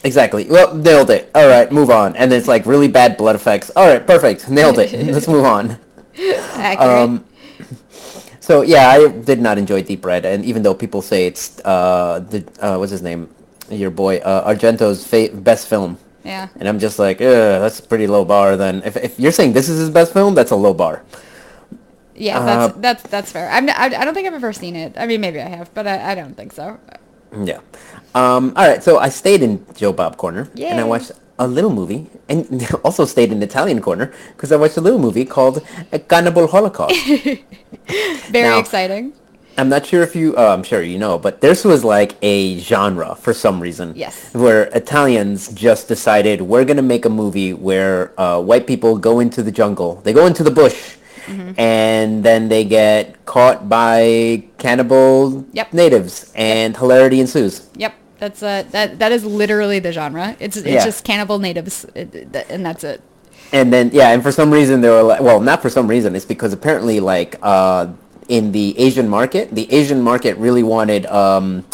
B: Exactly. Well, nailed it. All right, move on. And it's like really bad blood effects. All right, perfect. Nailed it. Let's move on.
A: accurate.
B: Um, So yeah, I did not enjoy Deep Red, and even though people say it's uh, the uh, what's his name, your boy uh, Argento's fa- best film,
A: yeah,
B: and I'm just like, Ugh, that's a pretty low bar. Then if, if you're saying this is his best film, that's a low bar.
A: yeah,
B: uh,
A: that's that's that's fair. I'm, I, I don't think I've ever seen it. I mean, maybe I have, but I, I don't think so.
B: Yeah. Um, all right, so I stayed in Joe Bob corner, and
A: Yay.
B: I watched a little movie, and also stayed in Italian corner because I watched a little movie called Cannibal Holocaust.
A: Very
B: Now-
A: exciting.
B: I'm not sure if you, uh, I'm sure you know, but this was like a genre for some reason.
A: Yes.
B: Where Italians just decided we're going to make a movie where uh, white people go into the jungle. They go into the bush.
A: Mm-hmm.
B: And then they get caught by cannibal
A: Yep.
B: natives, and hilarity ensues.
A: Yep, that's uh that that is literally the genre. It's it's
B: Yeah.
A: just cannibal natives, it, it- and that's it.
B: And then yeah, and for some reason they were like, well, not for some reason. It's because apparently like uh, in the Asian market, the Asian market really wanted um,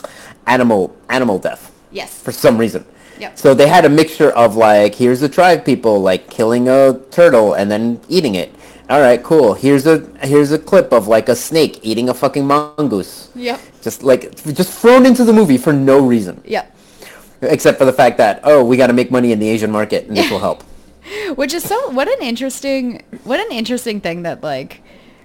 B: animal animal death.
A: Yes.
B: For some reason.
A: Yep.
B: So they had a mixture of like, here's the tribe people like killing a turtle and then eating it. All right, cool. Here's a here's a clip of like a snake eating a fucking mongoose.
A: Yep.
B: Just like just thrown into the movie for no reason,
A: Yep.
B: except for the fact that oh, we got to make money in the Asian market and this will help.
A: which is so what an interesting what an interesting thing that like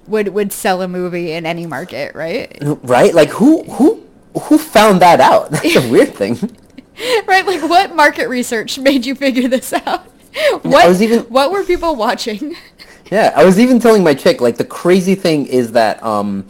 A: would would sell a movie in any market right
B: right like who who who found that out that's a weird thing
A: right like what market research made you figure this out what
B: was even-
A: what were people watching
B: yeah i was even telling my chick like the crazy thing is that um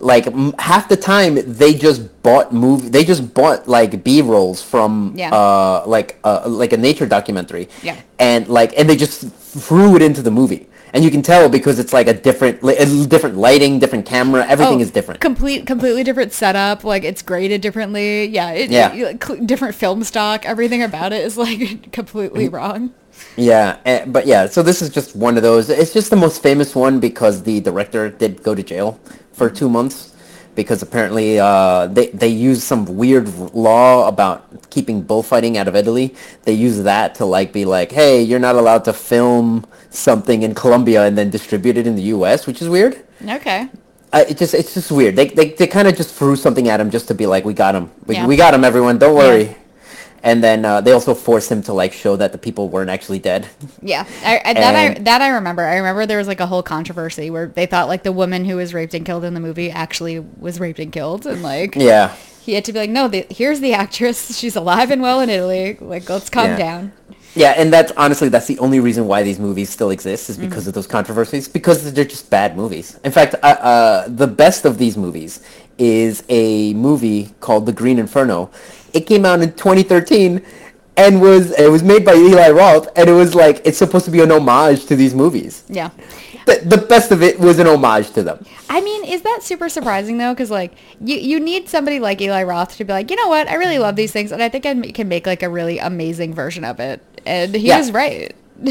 B: like m- half the time they just bought movie they just bought like b-rolls from
A: Yeah.
B: uh like uh like a nature documentary
A: Yeah.
B: and like and they just threw it into the movie and you can tell because it's like a different li- a different lighting different camera everything
A: Oh,
B: is different
A: complete completely different setup like it's graded differently yeah it,
B: Yeah.
A: you- like, cl- different film stock everything about it is like completely
B: Mm-hmm.
A: wrong
B: Yeah, eh, but yeah, so this is just one of those. It's just the most famous one because the director did go to jail for two months because apparently uh, they they used some weird law about keeping bullfighting out of Italy. They use that to like be like, hey, you're not allowed to film something in Colombia and then distribute it in the U.S., which is weird.
A: okay
B: I, it just it's just weird. They they, they kind of just threw something at him just to be like, we got him, we,
A: Yeah.
B: we got him, everyone, don't worry.
A: Yeah.
B: And then uh, they also forced him to like show that the people weren't actually dead.
A: Yeah, I, I, that I
B: And-
A: that I remember. I remember there was like a whole controversy where they thought like the woman who was raped and killed in the movie actually was raped and killed, and like
B: Yeah,
A: he had to be like, no, the, here's the actress. She's alive and well in Italy. Like, let's calm
B: Yeah.
A: down.
B: yeah, and that's honestly that's the only reason why these movies still exist is because of those controversies. Because they're just bad movies. In fact, uh, uh, the best of these movies is a movie called The Green Inferno. It came out in 2013. And was it was made by Eli Roth, and it was like it's supposed to be an homage to these movies.
A: Yeah.
B: the, the best of it was an homage to them.
A: I mean, is that super surprising though? Because like you, you need somebody like Eli Roth to be like, you know what? I really love these things, and I think I m- can make like a really amazing version of it. And he
B: Yeah.
A: was right.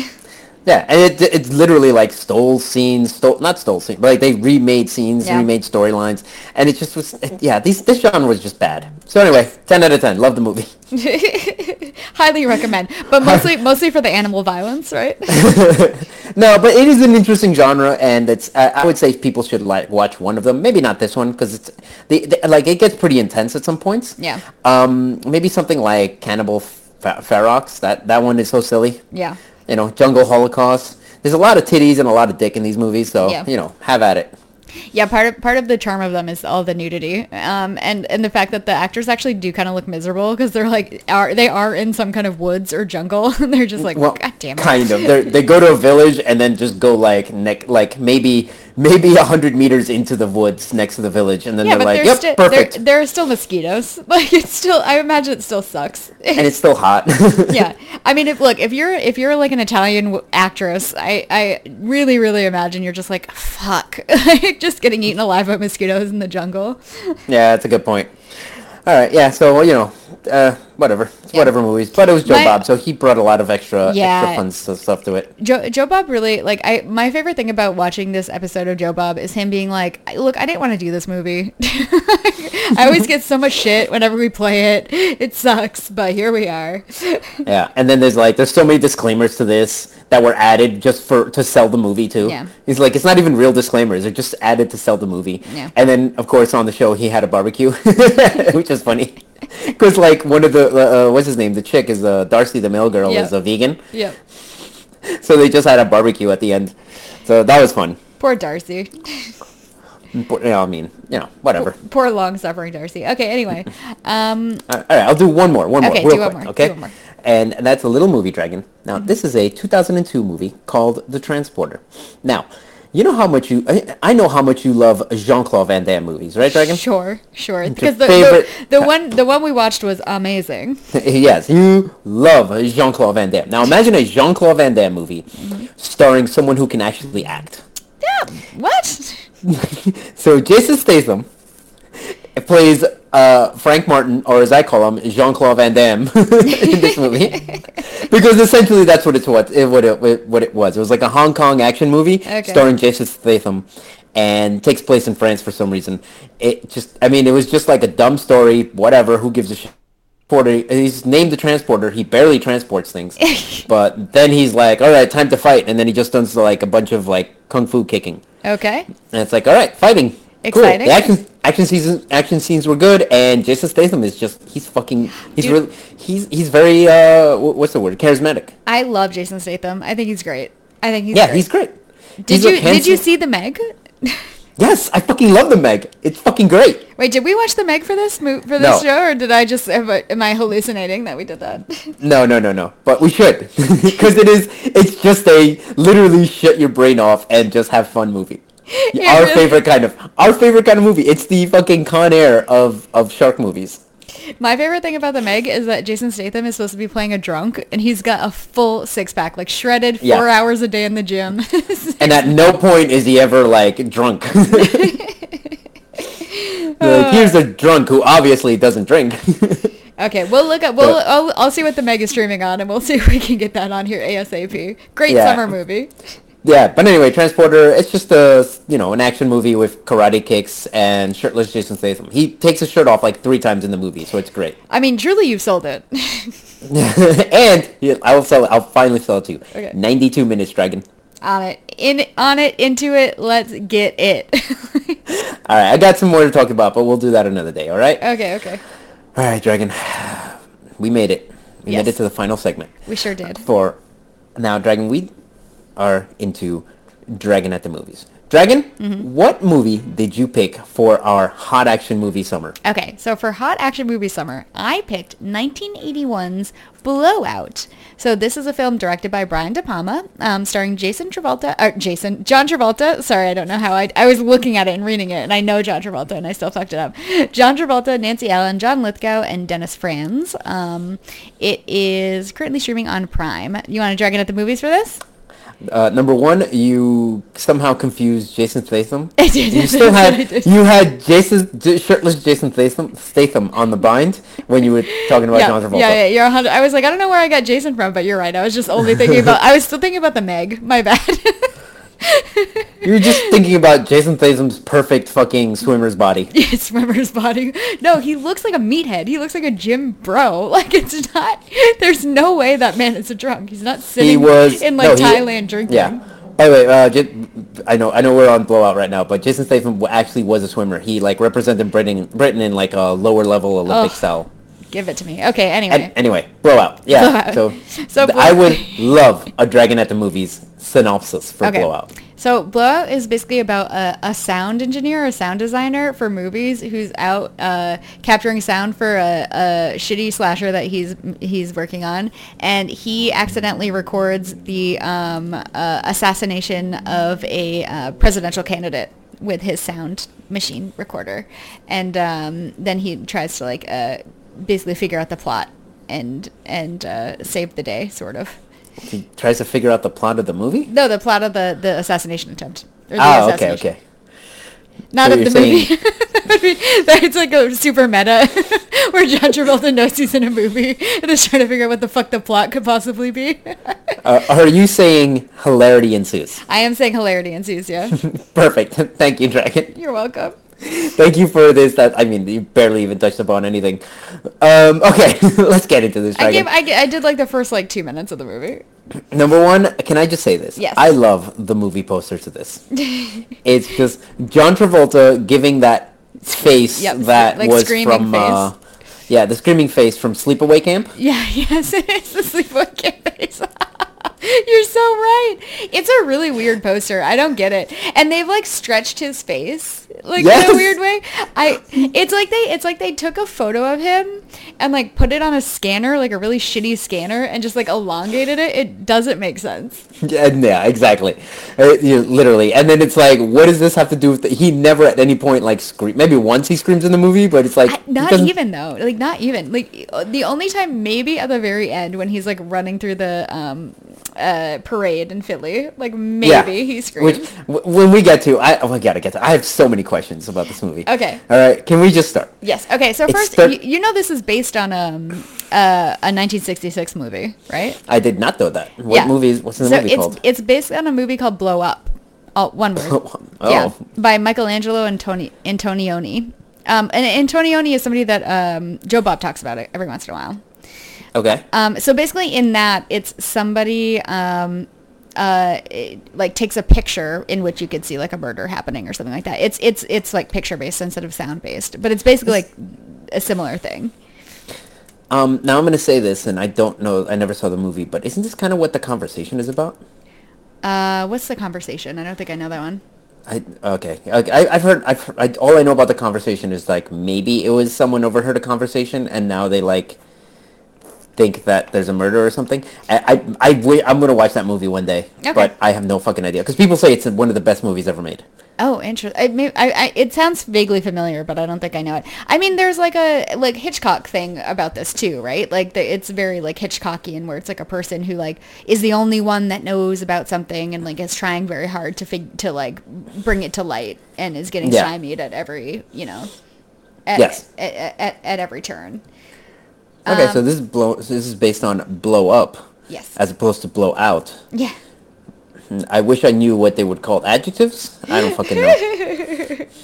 B: Yeah, and it it's literally like stole scenes, stole not stole scenes, but like they remade scenes,
A: Yeah.
B: remade storylines, and it just was yeah. These this genre was just bad. So anyway, ten out of ten. Love the movie.
A: Highly recommend, but mostly mostly for the animal violence, right?
B: No, but it is an interesting genre, and it's I, I would say people should like watch one of them. Maybe not this one because it's the, the like it gets pretty intense at some points.
A: Yeah.
B: Um, maybe something like Cannibal Fe- Ferox. That that one is so silly.
A: Yeah.
B: you know, Jungle Holocaust. There's a lot of titties and a lot of dick in these movies, so
A: Yeah.
B: you know, have at it.
A: Yeah, part of part of the charm of them is all the nudity, um, and and the fact that the actors actually do kind of look miserable because they're like are they are in some kind of woods or jungle, and they're just like,
B: Well,
A: God damn it,
B: kind of. They're, they go to a village and then just go like neck, like maybe maybe a hundred meters into the woods next to the village, and then
A: yeah,
B: they're
A: but
B: like,
A: there's
B: "Yep,
A: still there,
B: perfect,"
A: there are still mosquitoes. Like it's still, I imagine it still sucks.
B: and it's still hot.
A: yeah, I mean, if look, if you're if you're like an Italian w- actress, I I really really imagine you're just like fuck, like just getting eaten alive by mosquitoes in the jungle.
B: yeah, that's a good point. All right, yeah. So well, you know, uh, whatever, it's
A: Yeah.
B: whatever movies. But it was Joe
A: My-
B: Bob, so he brought a lot of extra
A: Yeah.
B: extra fun s- stuff to it.
A: Joe, Joe Bob really like I my favorite thing about watching this episode of Joe Bob is him being like, "I- look, I didn't want to do this movie. I always get so much shit whenever we play it. It sucks, but here we are.
B: Yeah, and then there's like there's so many disclaimers to this that were added just for to sell the movie too.
A: Yeah.
B: He's like it's not even real disclaimers; they're just added to sell the movie.
A: Yeah.
B: And then of course on the show he had a barbecue, which is funny, because like one of the uh, uh, what's his name the chick is uh, Darcy the male girl
A: Yeah.
B: is a vegan,
A: yep.
B: so they just had a barbecue at the end. So that was fun.
A: Poor Darcy.
B: But, you know, I mean, you know, whatever.
A: Poor long suffering Darcy. Okay, anyway. Um
B: All right, I'll do one more, one
A: Okay,
B: more, real
A: do one
B: quick,
A: more,
B: okay?
A: do one more. Mm-hmm.
B: And that's a little movie dragon. Now, this is a 2002 movie called The Transporter. Now, you know how much you, I, I know how much you love Jean-Claude Van Damme movies, right, Dragon?
A: sure, sure. Because the,
B: favorite-
A: the, the one the one we watched was amazing.
B: yes, you love Jean-Claude Van Damme. Now, imagine a Jean-Claude Van Damme movie
A: Mm-hmm.
B: starring someone who can actually act.
A: Yeah. What?
B: So Jason Statham plays uh, Frank Martin, or as I call him, Jean-Claude Van Damme in this movie. because essentially that's what it's what it, what it what it was. It was like a Hong Kong action movie
A: Okay.
B: starring Jason Statham and takes place in France for some reason. It just I mean it was just like a dumb story, whatever, who gives a shit. Transporter- He's named the transporter. He barely transports things, but then he's like, "All right, time to fight," and then he just does like a bunch of like kung fu kicking.
A: Okay.
B: And it's like, all right, fighting.
A: Exciting.
B: Cool. The action action scenes action scenes were good, and Jason Statham is just he's fucking he's
A: Dude.
B: really he's he's very uh wh- what's the word charismatic.
A: I love Jason Statham. I think he's great. I think he's
B: yeah,
A: great.
B: he's great.
A: Did
B: He's a
A: you did you
B: handsome-
A: see the Meg?
B: Yes, I fucking love the Meg. It's fucking great.
A: Wait, did we watch the Meg for this mo- for
B: No.
A: this show, or did I just am I, am I hallucinating that we did that?
B: No, no, no, no. But we should because it is it's just a literally shut your brain off and just have fun movie.
A: Yeah,
B: our
A: really.
B: favorite kind of our favorite kind of movie. It's the fucking Con Air of of shark movies.
A: My favorite thing about the Meg is that Jason Statham is supposed to be playing a drunk, and he's got a full six pack, like shredded, four
B: Yeah.
A: hours a day in the gym.
B: And at no point is he ever like drunk. like, here's a drunk who obviously doesn't drink.
A: okay, we'll look up. We'll
B: But-
A: I'll, I'll see what the Meg is streaming on, and we'll see if we can get that on here asap. Great
B: Yeah.
A: summer movie.
B: yeah, but anyway, Transporter. It's just a you know an action movie with karate kicks and shirtless Jason Statham. He takes his shirt off like three times in the movie, so it's great.
A: I mean, truly, you've sold it.
B: and yeah, I will sell. it. I'll finally sell it to you.
A: Okay.
B: Ninety-two minutes, Dragon.
A: on it, in on it, into it. Let's get it.
B: All right, I got some more to talk about, but we'll do that another day. All right.
A: okay, okay,
B: All right, Dragon. We made it. We made
A: Yes.
B: it to the final segment.
A: we sure did.
B: For now, Dragon, we are into Dragon at the movies. Dragon,
A: Mm-hmm.
B: what movie did you pick for our hot action movie summer?
A: Okay, so for Hot Action Movie Summer, I picked 1981's Blowout. So this is a film directed by Brian De Palma, um, starring Jason Travolta, or Jason, John Travolta. Sorry, I don't know how I, I was looking at it and reading it, and I know John Travolta, and I still fucked it up. John Travolta, Nancy Allen, John Lithgow, and Dennis Franz. Um, it is currently streaming on Prime. You want to drag it at the movies for this?
B: Uh, number one, you somehow confused Jason Statham.
A: I did.
B: You still
A: That's what I
B: had
A: did.
B: you had Jason J- shirtless Jason Statham Statham on the bind when you were talking about John Travolta.
A: yeah, yeah, you're 100. I was like, I don't know where I got Jason from, but you're right. I was just only thinking about, I was still thinking about the Meg. My bad.
B: You were just thinking about Jason Statham's perfect fucking swimmer's body.
A: it's Swimmer's body. No, he looks like a meathead. He looks like a gym bro. Like it's not. There's no way that man is a drunk. He's not sitting
B: He was
A: in like
B: no, he-
A: Thailand drinking.
B: Yeah. By the way, uh, J- I know I know we're on blowout right now, but Jason Statham wa- actually was a swimmer. He like represented Britain Britain in like a lower level Olympic
A: Ugh.
B: style.
A: Give it to me. Okay. Anyway.
B: And anyway, blowout. Yeah.
A: Blowout.
B: So,
A: So
B: th- I
A: blow-
B: would love a Dragon at the movies synopsis for
A: Okay.
B: blowout.
A: So Blowout is basically about a, a sound engineer, a sound designer for movies who's out uh, capturing sound for a, a shitty slasher that he's he's working on, and he accidentally records the um, uh, assassination of a uh, presidential candidate with his sound machine recorder, and um, then he tries to like uh, basically figure out the plot and and uh, save the day, sort of.
B: He tries to figure out the plot of the movie.
A: No, the plot of the, the assassination attempt. Or the
B: Oh, okay,
A: assassination.
B: okay.
A: Not
B: So
A: of the
B: you're
A: movie. It's like a super meta where John Travolta knows he's in a movie and is trying to figure out what the fuck the plot could possibly be.
B: Uh, are you saying hilarity ensues?
A: I am saying hilarity ensues, yeah.
B: Perfect. Thank you, Dragon.
A: You're welcome.
B: Thank you for this. That I mean, you barely even touched upon anything. Um, okay, let's get into this. Dragon.
A: I, gave, I, g- I did like the first like two minutes of the movie.
B: Number one, can I just say this?
A: Yes.
B: I love the movie poster to this. it's just John Travolta giving that face
A: Yep,
B: that
A: like
B: was
A: screaming
B: from,
A: face.
B: uh, yeah, the screaming face from Sleepaway Camp.
A: Yeah, yes, it is the sleepaway camp face. You're so right. It's a really weird poster. I don't get it. And they've like stretched his face like in
B: Yes.
A: a weird way. I it's like they it's like they took a photo of him and like put it on a scanner, like a really shitty scanner and just like elongated it. It doesn't make sense.
B: Yeah, and- yeah, exactly, Uh, you know, literally. And then it's like, what does this have to do with? The, he never at any point like scream. Maybe once he screams in the movie, but it's like
A: I,
B: he
A: not
B: doesn't-
A: even though. Like not even. Like the only time maybe at the very end when he's like running through the um uh parade in Philly, like maybe he screams.
B: Which w- when we get to, I oh my god, I get to. I have so many questions about this movie.
A: Okay.
B: All right, can we just start?
A: Yes. Okay. So
B: It's
A: first,
B: thir-
A: you, you know this is based on um, uh, a 1966 movie, right?
B: I did not know that. What movie is? What's the
A: so
B: movie
A: it's,
B: called?
A: It's based on a movie called Blow Up. Oh, one word.
B: Oh.
A: Yeah, by Michelangelo and Tony Antonioni. Um, and Antonioni is somebody that um, Joe Bob talks about it every once in a while.
B: Okay.
A: Um, so basically, in that, it's somebody um, uh, it, like takes a picture in which you could see like a murder happening or something like that. It's it's it's like picture based instead of sound based, but it's basically like a similar thing.
B: Um, now I'm gonna say this, and I don't know. I never saw the movie, but isn't this kind of what the conversation is about?
A: Uh, what's the conversation? I don't think I know that one.
B: I okay. Like, I, I've heard. I've I, all I know about the conversation is like maybe it was someone overheard a conversation, and now they like think that there's a murder or something. I I, I wi- I'm gonna watch that movie one day,
A: Okay.
B: but I have no fucking idea because people say it's one of the best movies ever made.
A: Oh, interesting. I, may- I, I, it sounds vaguely familiar, but I don't think I know it. I mean, there's like a like Hitchcock thing about this too, right? Like the, it's very like Hitchcockian, where it's like a person who like is the only one that knows about something and like is trying very hard to fig- to like bring it to light and is getting
B: Yeah.
A: stymied at every you know at
B: Yes.
A: at, at, at, every turn.
B: Okay,
A: Um,
B: so this is blow. So this is based on blow up.
A: Yes.
B: As opposed to blow out. Mm,
A: Yeah.
B: I wish I knew what they would call adjectives. I don't fucking know.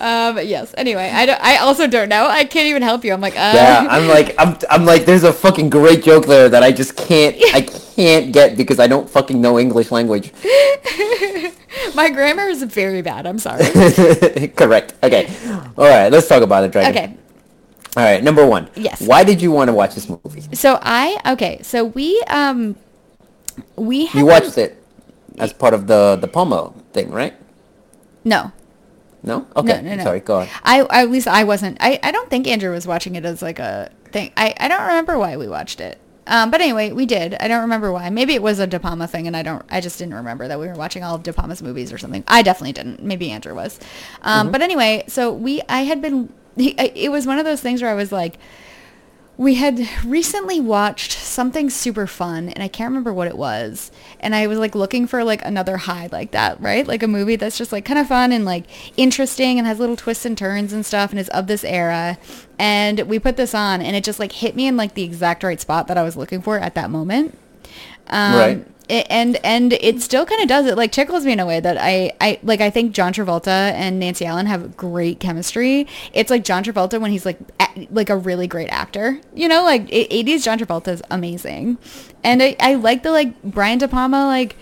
A: Um. Yes. Anyway, I don't, I also don't know. I can't even help you. I'm like uh,
B: Yeah, I'm like, I'm, I'm like, there's a fucking great joke there that I just can't, I can't get because I don't fucking know English language.
A: My grammar is very bad. I'm sorry.
B: Correct. Okay. All right. Let's talk about it, Dragon.
A: Okay.
B: All right. Number one.
A: Yes.
B: Why did you want to watch this movie?
A: So I okay. So we um we had
B: You watched it as part of the the Pomo thing, right?
A: No.
B: No. Okay.
A: no, no.
B: Sorry. Go on.
A: I I- at least I wasn't. I I don't think Andrew was watching it as like a thing. I I don't remember why we watched it. Um, but anyway, we did. I don't remember why. Maybe it was a De Palma thing, and I don't. I just didn't remember that we were watching all of De Palma's movies or something. I definitely didn't. Maybe Andrew was.
B: Mm-hmm.
A: Um, But anyway, so we. I had been. He, I- it was one of those things where I was like, we had recently watched something super fun and i can't remember what it was and i was like looking for like another high like that right like a movie that's just like kind of fun and like interesting and has little twists and turns and stuff and is of this era and we put this on and it just like hit me in like the exact right spot that i was looking for at that moment um,
B: Right.
A: it- and and it still kind of does it like tickles me in a way that I I like I think John Travolta and Nancy Allen have great chemistry. It's like John Travolta when he's like a- like a really great actor, you know, like i- 80s John Travolta is amazing, and I I like the like Brian De Palma like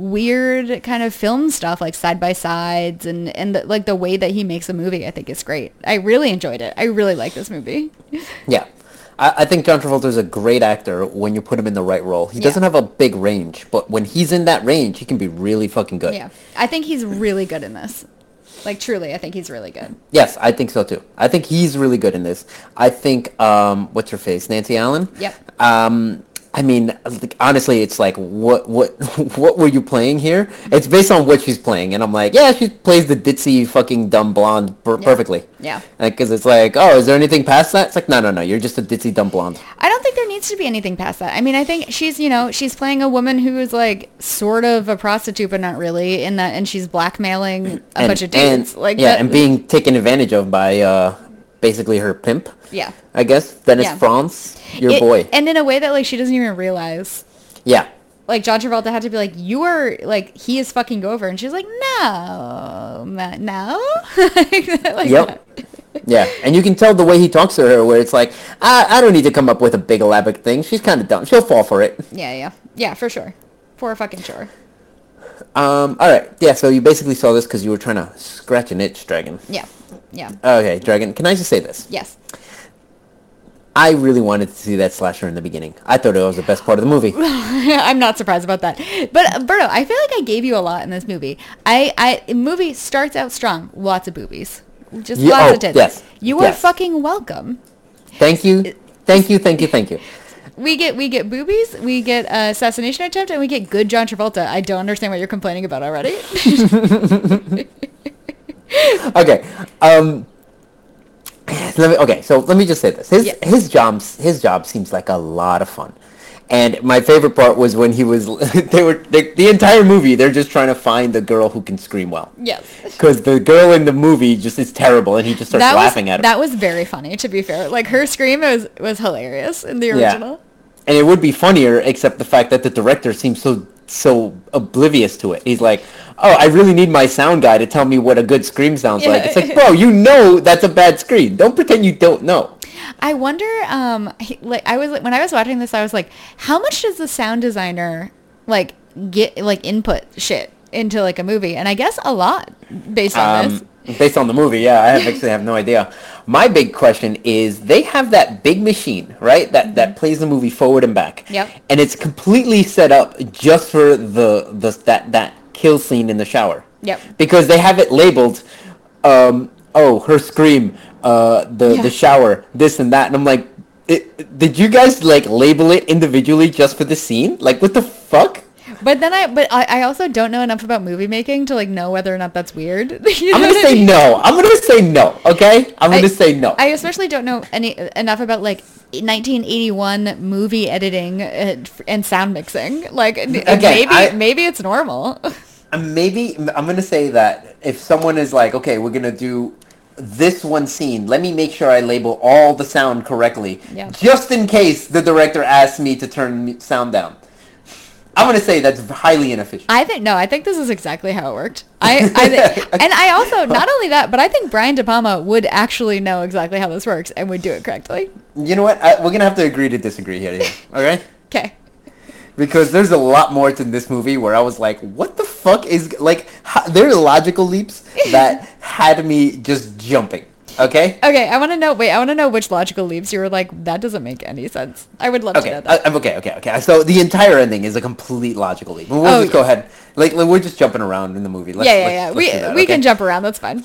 A: weird kind of film stuff like side by sides and and the, like the way that he makes a movie I think is great. I really enjoyed it. I really like this movie.
B: Yeah. I, I think John Travolta is a great actor when you put him in the right role. He
A: Yeah.
B: doesn't have a big range, but when he's in that range, he can be really fucking good.
A: Yeah, I think he's really good in this. Like truly, I think he's really good.
B: Yes, I think so too. I think he's really good in this. I think um, what's her face, Nancy Allen.
A: Yep.
B: Um, I mean, like, honestly, it's like what what what were you playing here? It's based on what she's playing, and I'm like, yeah, she plays the ditzy fucking dumb blonde per- perfectly.
A: Yeah.
B: Because it's like, oh, is there anything past that? It's like, no, no, no, you're just a ditzy dumb blonde.
A: I don't think there needs to be anything past that. I mean, I think she's, you know, she's playing a woman who is like sort of a prostitute, but not really in that, and she's blackmailing a bunch of dudes.
B: And,
A: like
B: yeah,
A: that-
B: and being taken advantage of by uh, basically her pimp.
A: Yeah.
B: I guess Dennis
A: Yeah.
B: Franz, your
A: it-
B: boy.
A: and in a way that like she doesn't even realize.
B: yeah.
A: Like John Travolta had to be like, you are like he is fucking over, and she's like, no, ma- no. like,
B: Yep. yeah, and you can tell the way he talks to her, where it's like, I, I don't need to come up with a big elaborate thing. She's kind of dumb. She'll fall for it.
A: Yeah, yeah, yeah, for sure, for fucking sure.
B: Um. All right. Yeah. So you basically saw this because you were trying to scratch an itch, Dragon.
A: Yeah, yeah,
B: Okay, Dragon. Can I just say this?
A: yes.
B: I really wanted to see that slasher in the beginning. I thought it was the best part of the movie.
A: I'm not surprised about that. But uh, Berto, I feel like I gave you a lot in this movie. I, I movie starts out strong, lots of boobies, just
B: Ye-
A: lots
B: oh,
A: of tits.
B: yes,
A: you are
B: yes.
A: fucking welcome.
B: Thank you. Thank you. Thank you. Thank you.
A: We get we get boobies, we get uh, assassination attempt, and we get good John Travolta. I don't understand what you're complaining about already.
B: okay. Um, let me, okay, so let me just say this. His
A: Yeah.
B: his job his job seems like a lot of fun. And my favorite part was when he was they were they, the entire movie they're just trying to find the girl who can scream well.
A: yes.
B: Cuz the girl in the movie just is terrible and he just starts
A: That was
B: laughing at her.
A: that was very funny. To be fair, like her scream was was hilarious in the original.
B: And it would be funnier except the fact that the director seems so so oblivious to it. He's like, "Oh, I really need my sound guy to tell me what a good scream sounds like." It's like, "Bro, you know that's a bad scream. Don't pretend you don't know."
A: I wonder, um, he- like I was when I was watching this, I was like, how much does the sound designer like get like input shit into like a movie? And I guess a lot based on this.
B: um, based on the movie. Yeah, I have, actually have no idea. My big question is they have that big machine, right? That that plays the movie forward and back.
A: Mm-hmm. Yep.
B: And it's completely set up just for the the that that kill scene in the shower.
A: Yep.
B: Because they have it labeled. Um, oh, her scream. Uh, the
A: Yeah.
B: the shower. This and that. And I'm like. It, did you guys like label it individually just for the scene? Like what the fuck?
A: But then I, but I, I also don't know enough about movie making to like know whether or not that's weird. You
B: I'm
A: know
B: gonna
A: what I
B: say
A: mean?
B: no. I'm gonna say no. Okay, I'm gonna
A: I-
B: say no.
A: I especially don't know any enough about like 1981 movie editing and, and sound mixing. Like maybe
B: I-
A: maybe it's normal.
B: Uh, maybe I'm gonna say that if someone is like, okay, we're gonna do this one scene, let me make sure I label all the sound correctly,
A: Yeah.
B: just in case the director asks me to turn me- sound down. I'm gonna say that's highly inefficient.
A: I think no, I think this is exactly how it worked. I, I think, and I also not only that, but I think Brian De Palma would actually know exactly how this works and would do it correctly.
B: You know what? I, we're gonna have to agree to disagree here. yeah. Okay.
A: Okay.
B: because there's a lot more to this movie where I was like, what the fuck is like? How, there are logical leaps that had me just jumping. Okay.
A: Okay, I want to know. Wait, I want to know which logical leaps you were like. That doesn't make any sense. I would love to know
B: Okay. uh,
A: that.
B: I, I'm okay. Okay. Okay. So the entire ending is a complete logical leap. We'll
A: Oh,
B: just go
A: yeah.
B: ahead. Like, like, we're just jumping around in the movie. Let's,
A: yeah, yeah,
B: let's-
A: yeah.
B: let's
A: we
B: do that,
A: we
B: okay?
A: can jump around. That's fine.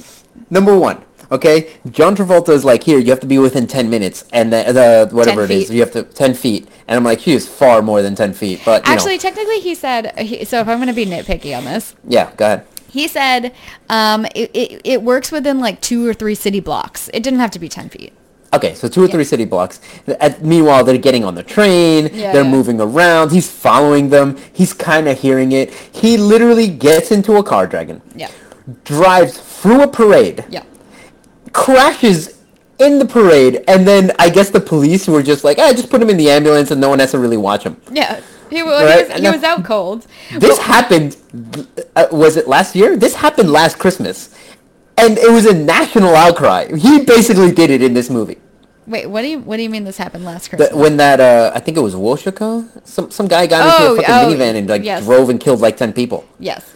B: Number one, okay? John Travolta is like, here, you have to be within 10 minutes, and the, the whatever it
A: 10
B: is,
A: feet.
B: you have to, 10 feet. And I'm like, he is far more than 10 feet, but, you
A: Actually,
B: know.
A: technically, he said. He, so if I'm going to be nitpicky on this,
B: Yeah, go ahead.
A: he said um, it, it it works within like two or three city blocks. It didn't have to be ten feet.
B: Okay, so two or three city blocks. At, meanwhile, they're getting on the train.
A: Yeah,
B: they're
A: yeah.
B: moving around. He's following them. He's kind of hearing it. He literally gets into a car dragon.
A: Yeah,
B: Drives through a parade.
A: yeah.
B: crashes in the parade, and then I guess the police were just like, "I just put him in the ambulance, and no one has to really watch him."
A: Yeah, he, wa-
B: Right,
A: he, was, he
B: no.
A: was out cold.
B: This happened. Uh, was it last year? This happened last Christmas, and it was a national outcry. He basically did it in this movie.
A: Wait, what do you what do you mean this happened last Christmas?
B: But when that, uh, I think it was Woshika, some some guy got into
A: Oh,
B: a fucking
A: oh,
B: minivan and like
A: yes.
B: drove and killed like ten people.
A: yes.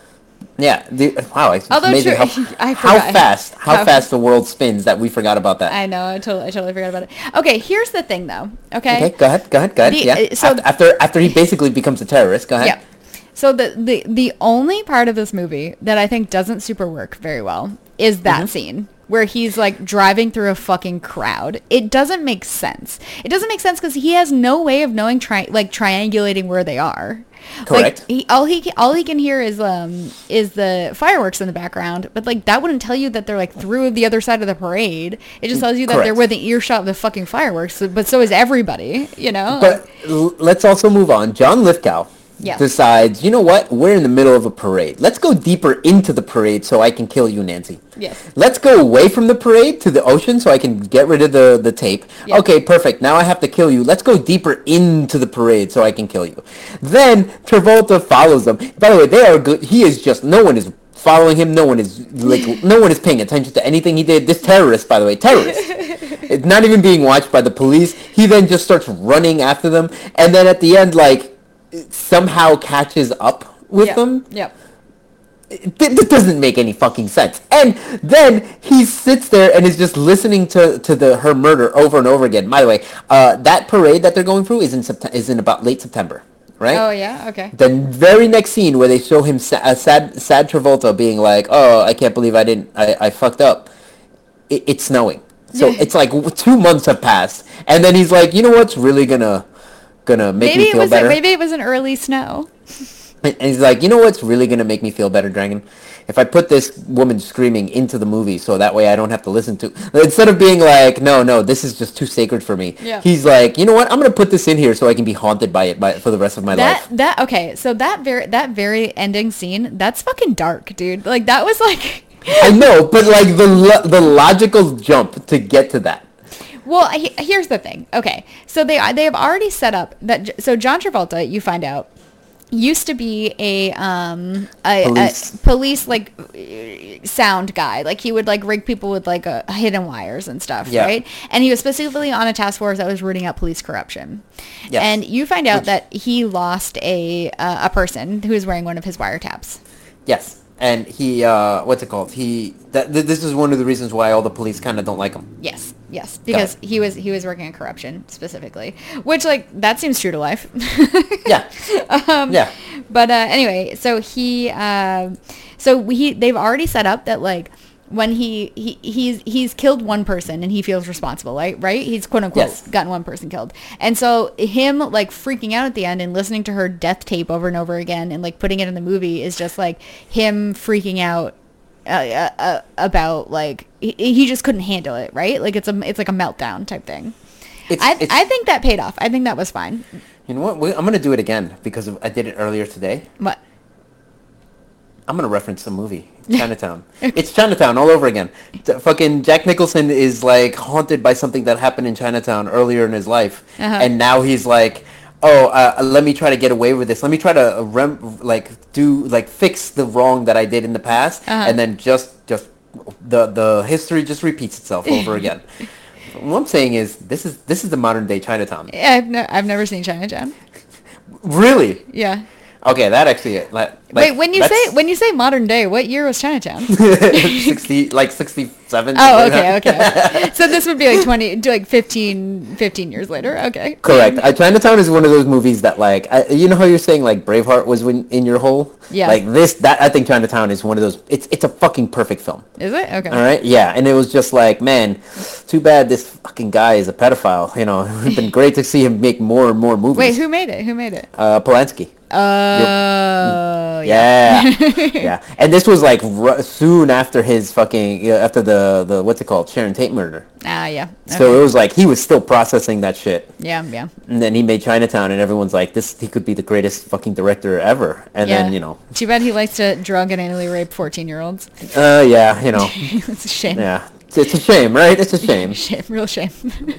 B: Yeah, the, wow, it's
A: Although
B: amazing
A: true-
B: how,
A: I
B: how
A: forgot.
B: fast how,
A: How-
B: fast the world spins that we forgot about that.
A: I know. I totally, I totally forgot about it. Okay, here's the thing, though. Okay.
B: okay, go ahead, go ahead, go ahead.
A: The-
B: yeah,
A: uh, so-
B: Af- after after he basically becomes a terrorist, go ahead.
A: Yeah. So the, the the only part of this movie that I think doesn't super work very well is
B: Mm-hmm.
A: that scene where he's like driving through a fucking crowd. It doesn't make sense. It doesn't make sense because he has no way of knowing tri- like triangulating where they are.
B: Correct.
A: Like, he, all he ca- all he can hear is um is the fireworks in the background, but like that wouldn't tell you that they're like through the other side of the parade. It just tells you that they're
B: Mm, Correct.
A: within earshot of the fucking fireworks. so- But so is everybody, you know.
B: But l- let's also move on. John Lithgow
A: Yeah.
B: decides, you know what? We're in the middle of a parade. Let's go deeper into the parade so I can kill you, Nancy.
A: Yes.
B: Let's go away from the parade to the ocean so I can get rid of the, the tape.
A: Yeah.
B: Okay, perfect. Now I have to kill you. Let's go deeper into the parade so I can kill you. Then Travolta follows them. By the way, they are good. He is just, no one is following him. No one is, like, no one is paying attention to anything he did. This terrorist, by the way, terrorist. It's not even being watched by the police. He then just starts running after them, and then at the end, like somehow catches up with
A: Yep.
B: them.
A: Yep.
B: Th- This doesn't make any fucking sense. And then he sits there and is just listening to, to the her murder over and over again. By the way, uh, that parade that they're going through is in September, is in about late September, right?
A: Oh yeah. Okay.
B: The very next scene where they show him sa- uh, sad, sad Travolta being like, "Oh, I can't believe I didn't, I, I fucked up." It, it's snowing, so it's like w- two months have passed, and then he's like, "You know what's really gonna, gonna make
A: maybe
B: me
A: it
B: feel
A: was
B: better?"
A: maybe it was an early snow.
B: And he's like, "You know what's really gonna make me feel better, Dragon? If I put this woman screaming into the movie, so that way I don't have to listen to." Instead of being like, "No, no, this is just too sacred for me,"
A: Yeah.
B: he's like, "You know what? I'm gonna put this in here so I can be haunted by it by, for the rest of my life."
A: That that okay. So that very that very ending scene, that's fucking dark, dude. Like that was like.
B: I know, but like the lo- the logical jump to get to that.
A: Well, he- here's the thing. Okay, so they they have already set up that. J- So John Travolta, you find out, used to be a um a
B: Police.
A: a police like sound guy. Like he would like rig people with like uh hidden wires and stuff,
B: Yeah.
A: right? And he was specifically on a task force that was rooting out police corruption.
B: Yes.
A: And you find out that he lost a uh, a person who was wearing one of his wiretaps.
B: Yes, and he uh, what's it called? He that th- this is one of the reasons why all the police kind of don't like him.
A: Yes, yes, because he was he was working on corruption specifically, which like that seems true to life.
B: Yeah, yeah,
A: but uh, anyway, so he, um so he, they've already set up that like when he, he he's he's killed one person and he feels responsible, right? Right? He's quote unquote
B: Yes.
A: gotten one person killed, and so him like freaking out at the end and listening to her death tape over and over again and like putting it in the movie is just like him freaking out. Uh, uh, uh, about like he, he just couldn't handle it, right? Like it's a it's like a meltdown type thing.
B: It's-
A: I
B: it's-
A: I think that paid off. I think that was fine.
B: You know what? We- I'm gonna do it again because of- I did it earlier today.
A: What?
B: I'm gonna reference the movie Chinatown. it's Chinatown all over again. D- fucking Jack Nicholson is like haunted by something that happened in Chinatown earlier in his life,
A: Uh-huh.
B: and now he's like, oh, uh, let me try to get away with this. Let me try to uh, rem- like do like fix the wrong that I did in the past,
A: Uh-huh.
B: and then just just the the history just repeats itself over again. What I'm saying is this is this is the modern day Chinatown.
A: I've no, I've never seen Chinatown.
B: Really?
A: Yeah.
B: Okay, that actually. Like,
A: Wait, when you say when you say modern day, what year was Chinatown?
B: sixty, like sixty-seven.
A: Oh, okay, okay. so this would be like 20, like 15, 15 years later. Okay.
B: Correct. Uh, Chinatown is one of those movies that, like, I, you know how you're saying like Braveheart was when, in your hole.
A: Yeah.
B: Like this, that I think Chinatown is one of those. It's it's a fucking perfect film.
A: Is it? Okay.
B: All right. Yeah, and it was just like, man, too bad this fucking guy is a pedophile. You know, it'd been great to see him make more and more movies.
A: Wait, who made it? Who made it?
B: Uh, Polanski.
A: Oh, yeah.
B: Yeah, yeah, and this was like r- soon after his fucking yeah, after the the what's it called Sharon Tate murder.
A: Ah, yeah.
B: So
A: Okay.
B: it was like he was still processing that shit,
A: yeah, yeah.
B: and then he made Chinatown, and everyone's like, "This he could be the greatest fucking director ever." And
A: yeah.
B: then you know,
A: Too bad he likes to drug and anally rape 14-year-olds.
B: uh, yeah, you know,
A: it's a shame.
B: yeah, it's, it's a shame, right? It's a shame.
A: Shame, real shame.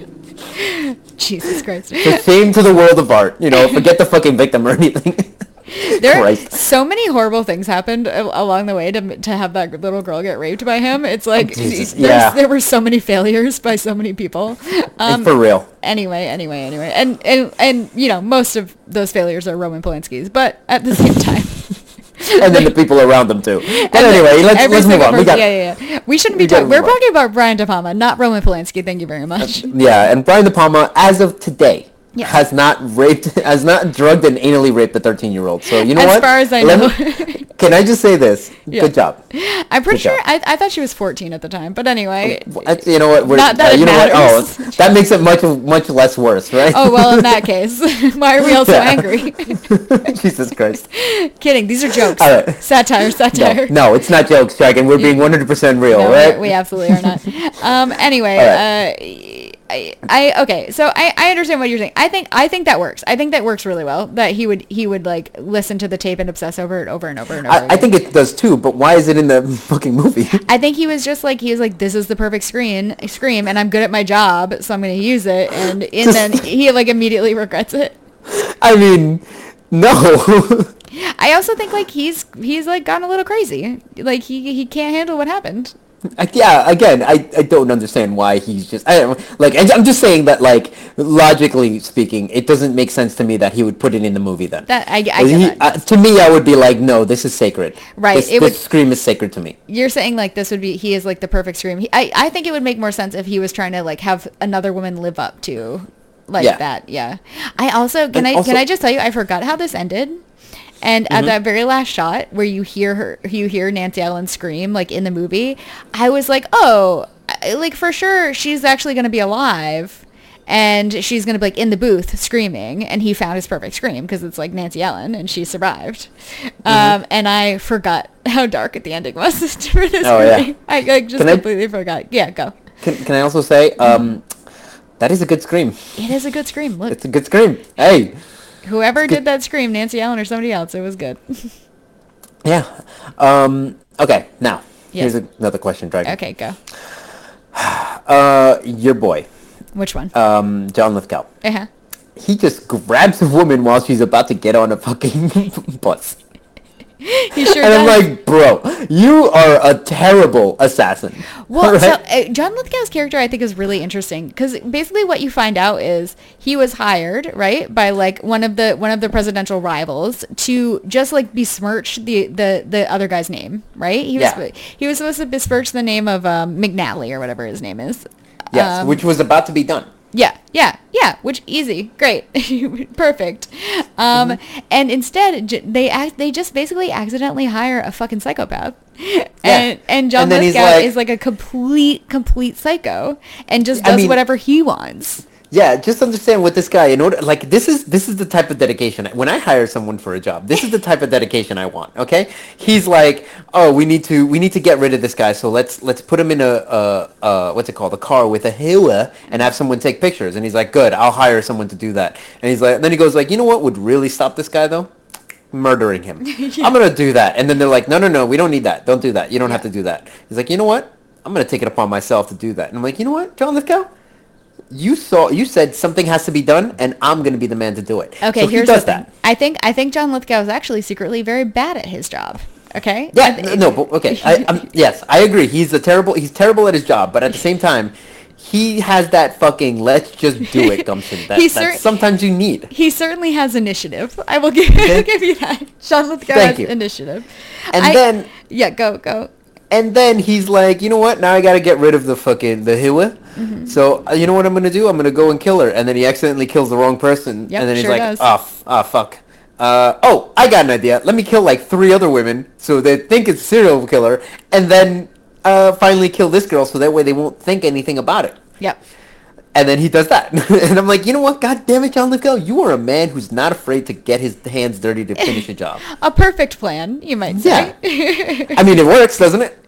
A: Jesus Christ.
B: It's a shame to the world of art. You know, forget the fucking victim or anything.
A: There
B: Christ.
A: so many horrible things happened a- along the way to to have that little girl get raped by him. It's like
B: Oh, Jesus,
A: there's-
B: yeah.
A: there were so many failures by so many people. Um,
B: it's for real.
A: anyway, anyway, anyway, and and and you know most of those failures are Roman Polanski's, but at the same time.
B: And then the people around them too. But anyway, let's,
A: every
B: let's move
A: single
B: on. We
A: person-
B: got
A: yeah, yeah, yeah. We shouldn't be
B: we gotta
A: talking. We're
B: move on.
A: talking about Brian De Palma, not Roman Polanski. Thank you very much.
B: Yeah, and Brian De Palma, as of today,
A: Yes.
B: has not raped, has not drugged and anally raped a 13-year-old. So you know
A: As
B: what?
A: far as I
B: Let
A: know.
B: me- can I just say this?
A: Yeah.
B: Good job.
A: I'm pretty
B: Good
A: sure.
B: job.
A: I, I thought she was 14 at the time, but anyway.
B: Uh, You know what? We're,
A: Not that
B: uh,
A: it
B: you know
A: matters.
B: What? Oh, that makes it much much less worse, right?
A: Oh well, in that case, why are we all so
B: Yeah.
A: angry?
B: Jesus Christ!
A: Kidding. These are jokes.
B: All right.
A: Satire. Satire.
B: No, no, it's not jokes, Dragon. We're being 100% real,
A: No,
B: right?
A: we, we absolutely are not. Um, anyway,
B: All
A: uh, I, I okay. So I, I understand what you're saying. I think I think that works. I think that works really well. That he would he would like listen to the tape and obsess over it over and over and over.
B: I, I
A: again.
B: think it does too, but why is it in the fucking movie?
A: I think he was just like he was like this is the perfect screen scream and I'm good at my job so I'm gonna use it and and then he like immediately regrets it.
B: I mean, no.
A: I also think like he's he's like gone a little crazy. Like he he can't handle what happened.
B: I, yeah, again, I, I don't understand why he's just I don't like I, I'm just saying that like logically speaking, it doesn't make sense to me that he would put it in the movie then.
A: That I, I get
B: He-
A: that.
B: uh, to me, I would be like, no, this is sacred.
A: Right,
B: This,
A: it
B: this
A: would-
B: scream is sacred to me.
A: You're saying like this would be he is like the perfect scream. He, I I think it would make more sense if he was trying to like have another woman live up to like
B: Yeah.
A: that. Yeah. I also can
B: And
A: I
B: also-
A: can I just tell you I forgot how this ended. And
B: Mm-hmm.
A: at that very last shot where you hear her you hear Nancy Allen scream like in the movie, I was like, "Oh, I- like for sure she's actually going to be alive." And she's gonna be like in the booth screaming, and he found his perfect scream because it's like Nancy Allen, and she survived.
B: Mm-hmm.
A: Um, and I forgot how dark the ending was for this
B: Oh, yeah.
A: movie. I like just
B: Can I-
A: completely forgot. Yeah, go.
B: Can, can I also say um, that is a good scream.
A: It is a good scream. Look,
B: It's a good scream. Hey,
A: whoever did that scream, Nancy Allen or somebody else, it was good.
B: yeah. Um, okay, now
A: Yeah.
B: here's another question, Dragon.
A: okay, go.
B: Uh, your boy,
A: Which one?
B: um, John Lithgow.
A: uh-huh.
B: He just grabs a woman while she's about to get on a fucking bus.
A: He sure
B: And I'm
A: does.
B: like, bro, you are a terrible assassin.
A: well,
B: Right?
A: so, uh, John Lithgow's character I think is really interesting because basically what you find out is he was hired right by like one of the one of the presidential rivals to just like besmirch the the the other guy's name, right? He was
B: Yeah.
A: he was supposed to besmirch the name of um, McNally or whatever his name is.
B: yes,
A: Um,
B: which was about to be done.
A: Yeah, yeah, yeah. Which easy, great, perfect. Um,
B: Mm-hmm.
A: and instead, j- they act, they just basically accidentally hire a fucking psychopath. And and John
B: And then he's
A: Lithgow
B: like-
A: is like a complete complete psycho and just
B: I
A: does
B: mean-
A: whatever he wants.
B: Yeah, just understand what this guy in order like this is this is the type of dedication when I hire someone for a job. This is the type of dedication I want. Okay, he's like, oh, we need to we need to get rid of this guy. So let's let's put him in a uh, uh, what's it called a car with a hula and have someone take pictures. And he's like, good, I'll hire someone to do that. And he's like, then he goes like, you know what would really stop this guy though? murdering him. I'm gonna do that. And then they're like, no, no, no, we don't need that. Don't do that. You don't have to do that. He's like, you know what? I'm gonna take it upon myself to do that. And I'm like, you know what, John Lithgow? You saw, you said something has to be done, and I'm gonna be the man to do it.
A: Okay,
B: so
A: here's
B: he does
A: the thing.
B: that.
A: I think I think John Lithgow is actually secretly very bad at his job. Okay. I
B: Yeah,
A: th-
B: no, no, but okay. I, i yes, I agree. He's a terrible. He's terrible at his job, but at the same time, he has that fucking let's just do it gumption that,
A: He
B: that
A: cer-
B: sometimes you need.
A: He certainly has initiative. I will give, give you that. Sean Lithgow
B: Thank
A: has
B: you.
A: initiative.
B: And
A: I-
B: then-
A: yeah, go go.
B: And then he's like, you know what? Now I gotta get rid of the fucking the hiwa.
A: Mm-hmm.
B: So uh, you know what I'm gonna do? I'm gonna go and kill her. And then he accidentally kills the wrong person.
A: Yep,
B: and then he's
A: sure
B: like,
A: does.
B: oh, f- oh fuck. Uh, oh, I got an idea. Let me kill like three other women so they think it's a serial killer, and then uh, finally kill this girl so that way they won't think anything about it.
A: Yep.
B: And then he does that. and I'm like, you know what? God damn it, John Lithgow, you are a man who's not afraid to get his hands dirty to finish a job.
A: A perfect plan, you might say.
B: I mean, it works, doesn't it?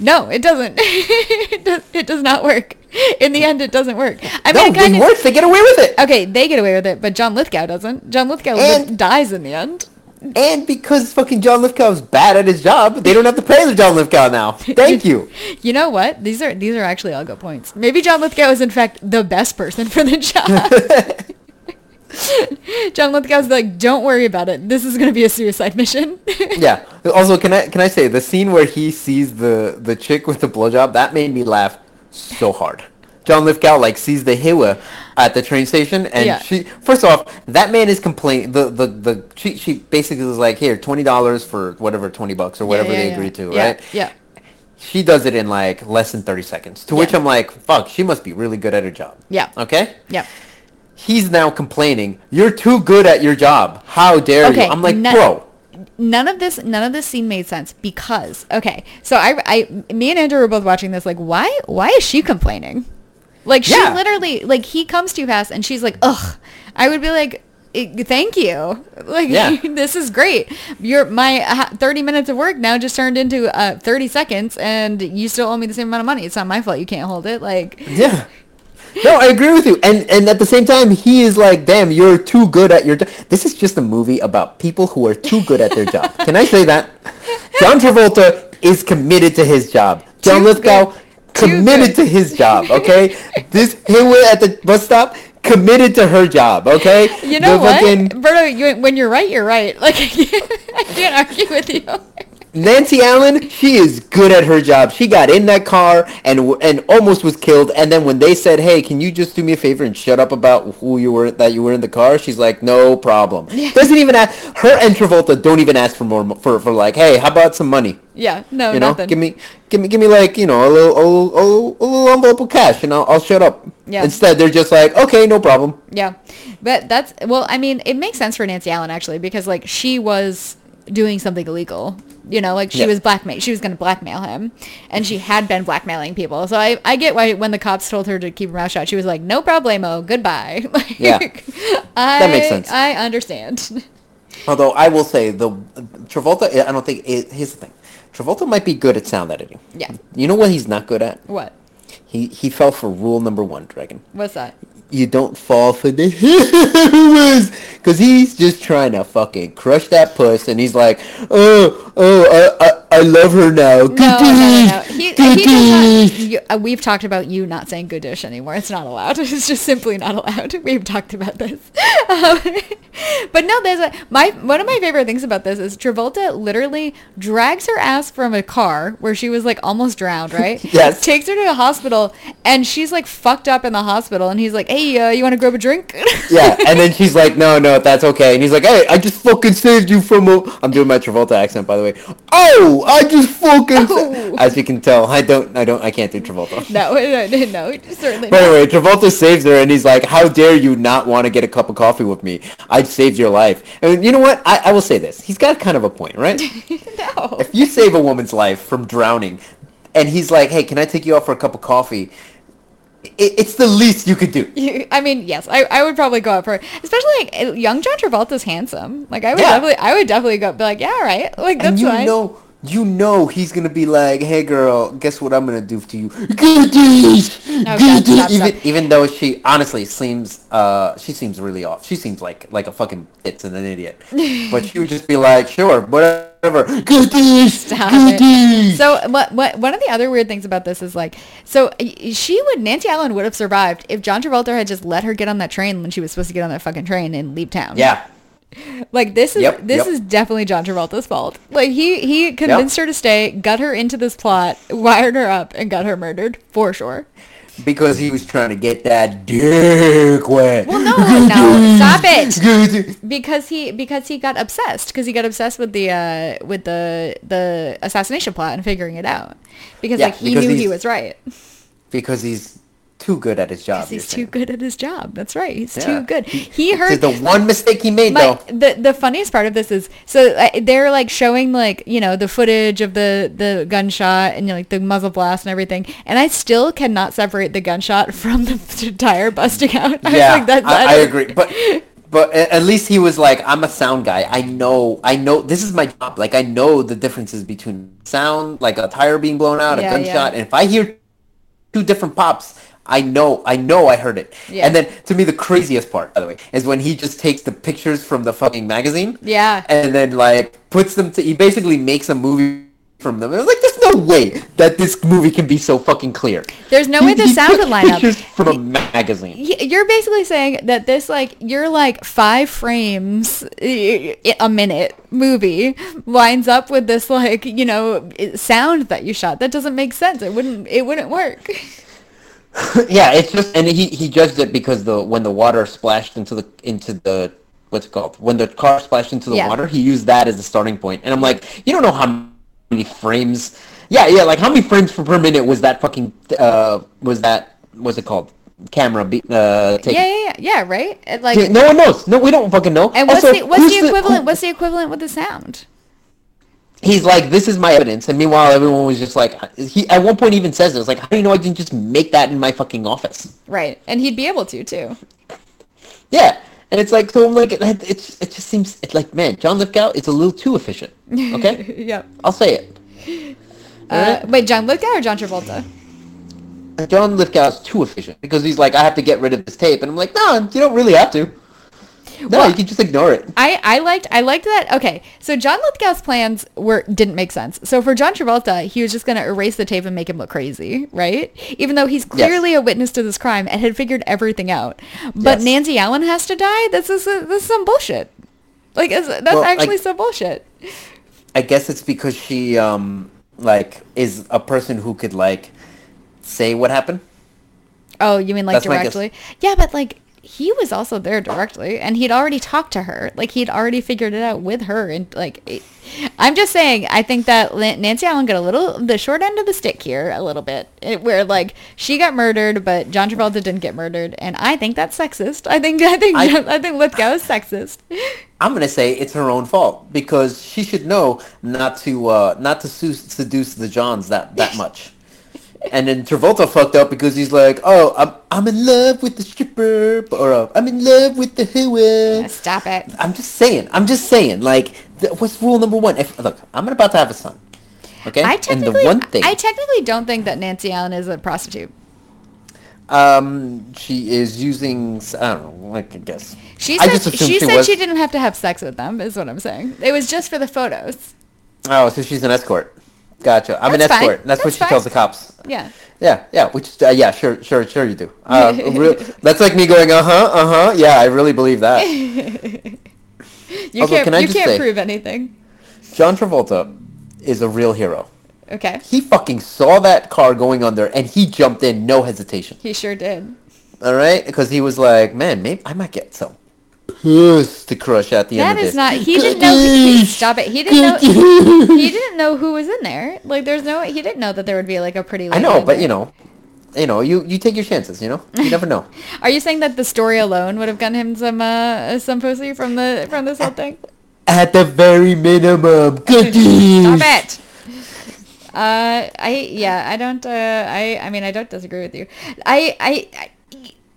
A: no, it doesn't. it, does, it does not work. In the end, it doesn't work. I
B: No,
A: mean, it kind
B: it works. They get away with it.
A: Okay, they get away with it, but John Lithgow doesn't. John Lithgow li-
B: And-
A: dies in the end.
B: And because fucking John Lithgow's bad at his job, they don't have to pay the John Lithgow now. Thank you.
A: You know what? These are these are actually all good points. Maybe John Lithgow is in fact the best person for the job. John Lithgow's like, don't worry about it. This is going to be a suicide mission.
B: Yeah. Also, can I can I say the scene where he sees the the chick with the blowjob that made me laugh so hard. John Lithgow like sees the Hiwa at the train station, and
A: Yeah.
B: she first off that man is complaining. The the the she she basically was like, here twenty dollars for whatever twenty bucks or whatever
A: Yeah, yeah,
B: they
A: yeah.
B: agreed to,
A: Yeah,
B: right?
A: Yeah.
B: She does it in like less than thirty seconds. To which
A: Yeah.
B: I'm like, fuck, she must be really good at her job.
A: Yeah.
B: Okay.
A: Yeah.
B: he's now complaining you're too good at your job how dare
A: Okay,
B: you i'm like
A: no-
B: bro
A: none of this none of this scene made sense because okay so I, I me and andrew were both watching this like why why is she complaining like she
B: Yeah.
A: literally like he comes too fast and she's like ugh i would be like "I- thank you like
B: Yeah.
A: this is great your my uh, 30 minutes of work now just turned into uh 30 seconds and you still owe me the same amount of money it's not my fault you can't hold it like
B: yeah no i agree with you and and at the same time he is like damn you're too good at your job this is just a movie about people who are too good at their job can i say that john travolta is committed to his job john
A: Too
B: lithgow
A: good. Too
B: committed
A: good.
B: to his job okay this Haywood at the bus stop committed to her job okay
A: you know
B: The
A: what
B: fucking-
A: Berto, you, when you're right you're right like i can't, I can't argue with you
B: Nancy Allen, she is good at her job. She got in that car and w- and almost was killed. And then when they said, "Hey, can you just do me a favor and shut up about who you were that you were in the car?" She's like, "No problem." Doesn't even ask. Her and Travolta don't even ask for more mo- for for like, "Hey, how about some money?"
A: yeah no
B: You know,
A: Oh, nothing
B: give me give me give me like you know a little a little, a little, a little envelope of cash, and I'll, I'll shut up.
A: Yeah.
B: Instead, they're just like, "Okay, no problem."
A: Yeah. But that's well, I mean, it makes sense for Nancy Allen actually because like she was doing something illegal. You know, like she
B: Yeah.
A: was blackmail she was going to blackmail him and she had been blackmailing people. So I I get why when the cops told her to keep her mouth shut, she was like, "No problemo. Goodbye." Like,
B: Yeah.
A: I,
B: makes sense.
A: I understand.
B: Although I will say the Travolta, I don't think it, here's the thing. Travolta might be good at sound editing.
A: Yeah.
B: You know what he's not good at?
A: What?
B: He he fell for rule number one, Dragon.
A: What's that?
B: You don't fall for the was because he's just trying to fucking crush that puss, and he's like, oh oh, I I, I love her now.
A: No, no, no, no. He, he does not,
B: Goodish.
A: you, uh, we've talked about you not saying good dish anymore. It's not allowed. It's just simply not allowed. We've talked about this. Um, but no, there's a, my one of my favorite things about this is Travolta literally drags her ass from a car where she was like almost drowned, right?
B: Yes.
A: Takes her to the hospital and she's like fucked up in the hospital and he's like, hey, uh, you want to grab a drink?
B: Yeah, and then she's like, no, no, that's okay. And he's like, hey, I just fucking saved you from a... I'm doing my Travolta accent, by the way. Oh, I just fucking... sa-"
A: Oh.
B: As you can tell, I don't, I don't, I can't do Travolta.
A: no, no, no, no, certainly
B: By the
A: not.
B: way, Travolta saves her, and he's like, "How dare you not want to get a cup of coffee with me? I saved your life." And you know what? I, I will say this: he's got kind of a point, right?
A: No.
B: if you save a woman's life from drowning, and he's like, "Hey, can I take you out for a cup of coffee?" i it's the least you could do.
A: You, I mean, yes, I, I would probably go up for especially like uh, young John Travolta's handsome. Like I would
B: Yeah.
A: definitely, I would definitely go up, be like, yeah, all right, like that's
B: and you
A: fine.
B: know, you know, he's gonna be like, "Hey, girl, guess what I'm gonna do to you?" Goodies,
A: God,
B: goodies.
A: stop,
B: even,
A: stop.
B: even though she honestly seems, uh, she seems really off. She seems like like a fucking bitch and an idiot. but she would just be like, "Sure, whatever." Goodies,
A: Stop it.
B: goodies.
A: So what, what, one of the other weird things about this is like, so y- she would, Nancy Allen would have survived if John Travolta had just let her get on that train when she was supposed to get on that fucking train and leave town.
B: yeah,
A: Like this is,
B: Yep,
A: this
B: yep.
A: is definitely John Travolta's fault. Like he, he convinced her to stay, got her into this plot, wired her up and got her murdered for sure.
B: Because he was trying to get that dick wet.
A: Well, no, no, stop it. Because he because he got obsessed because he got obsessed with the uh with the the assassination plot and figuring it out because
B: Yeah,
A: like he
B: because
A: knew he
B: he's-
A: was right.
B: because he's too good at his job.
A: He's
B: you're
A: too good at his job. That's right. He's
B: Yeah.
A: too good. He
B: saying.
A: heard
B: The one mistake he made,
A: my,
B: though.
A: the the funniest part of this is so uh, they're like showing like you know the footage of the the gunshot and you know, like the muzzle blast and everything, and I still cannot separate the gunshot from the tire busting out. I was
B: yeah,
A: like, that-
B: I, I
A: don't-
B: agree. But but a- at least he was like, I'm a sound guy. I know, I know. This is my job. Like I know the differences between sound, like a tire being blown out,
A: Yeah,
B: a
A: yeah.
B: gunshot, and if I hear two different pops. I know, I know I heard it.
A: Yeah.
B: And then to me the craziest part, by the way, is when he just takes the pictures from the fucking magazine.
A: Yeah.
B: And then like puts them to he basically makes a movie from them. And I was like, there's no way that this movie can be so fucking clear.
A: There's no
B: He-
A: way the
B: he
A: sound
B: took
A: would line up.
B: Pictures from a magazine.
A: Y- You're basically saying that this like you're like five frames eh, a minute movie winds up with this like you know eh, sound that you shot that doesn't make sense. It wouldn't it wouldn't work.
B: Yeah, it's just and he he judged it because the when the water splashed into the into the what's it called when the car splashed into the
A: Yeah.
B: water, he used that as the starting point. And I'm like, you don't know how many frames. Yeah, yeah, like how many frames per, per minute was that fucking uh was that what's it called camera be, uh taking?
A: Yeah, yeah, yeah, yeah right. It, like
B: Yeah, No one knows. No, we don't fucking know.
A: And what's
B: Also,
A: the what's
B: who's
A: the equivalent?
B: who-
A: what's the equivalent with the sound?
B: he's like, this is my evidence. And meanwhile, everyone was just like, he at one point even says it. It's like, how do you know I didn't just make that in my fucking office?
A: Right, and he'd be able to too.
B: Yeah, and it's like so. I'm like, it, it, it just seems it's like, man, John Lithgow is a little too efficient. Okay,
A: yep.
B: I'll say it.
A: Uh, wait, John Lithgow or John Travolta?
B: John Lithgow is too efficient because he's like, I have to get rid of this tape, and I'm like, no, you don't really have to. No,
A: Well-
B: you can just ignore it.
A: I, I liked I liked that. Okay, so John Lithgow's plans were didn't make sense. So for John Travolta, he was just going to erase the tape and make him look crazy, right? Even though he's clearly a witness to this crime and had figured everything out. But
B: Yes.
A: Nancy Allen has to die. This is this is some bullshit. Like is, that's
B: Well, like-
A: actually some bullshit.
B: I guess it's because she, um, like, is a person who could like say what happened.
A: Oh, you mean like
B: That's my guess.
A: directly? Yeah, but like he was also there directly, and he'd already talked to her. Like he'd already figured it out with her, and like it- I'm just saying, I think that Lan- Nancy Allen got a little the short end of the stick here, a little bit, it, where like she got murdered, but John Travolta didn't get murdered, and I think that's sexist. I think I think I,
B: I-
A: think Lithgow is sexist.
B: I'm gonna say it's her own fault because she should know not to uh, not to su- seduce the Johns that that much. and then Travolta fucked up because he's like, oh, I'm I'm in love with the stripper, or uh, I'm in love with the hooer.
A: Uh, Stop it.
B: I'm just saying. I'm just saying. Like, th- what's rule number one? If look, I'm about to have a son. Okay,
A: I
B: and
A: technically,
B: the one thing,
A: I technically don't think that Nancy Allen is a prostitute.
B: um, she is using. s- I don't know. Like, I guess
A: She
B: I
A: said,
B: just assumed
A: she, said
B: was-
A: she didn't have to have sex with them, is what I'm saying. It was just for the photos.
B: Oh, so she's an escort. Gotcha. I'm
A: That's
B: an
A: fine.
B: escort. That's, what
A: That's
B: she
A: fine.
B: tells the cops.
A: Yeah.
B: Yeah, yeah, which uh, yeah, sure, sure, sure you do. Uh, real, that's like me going, uh huh, uh huh. Yeah, I really believe that.
A: You
B: Also,
A: can't
B: can I
A: you
B: just
A: can't
B: say-
A: prove anything.
B: John Travolta is a real hero.
A: Okay.
B: He fucking saw that car going under and he jumped in, no hesitation.
A: He sure did.
B: All right, because he was like, man, maybe I might get some puss to crush at the
A: That
B: end of
A: is
B: this.
A: not he didn't know he, stop it. He didn't know he didn't know who was in there. Like there's no he didn't know that there would be like a pretty lady
B: I
A: in
B: know, but
A: there.
B: you know, you know, you you take your chances. You know, you never know.
A: Are you saying that the story alone would have gotten him some uh some pussy from the from this whole thing?
B: At the very minimum,
A: Stop
B: cookies.
A: it. Uh, I yeah, I don't. Uh, I I mean, I don't disagree with you. I I.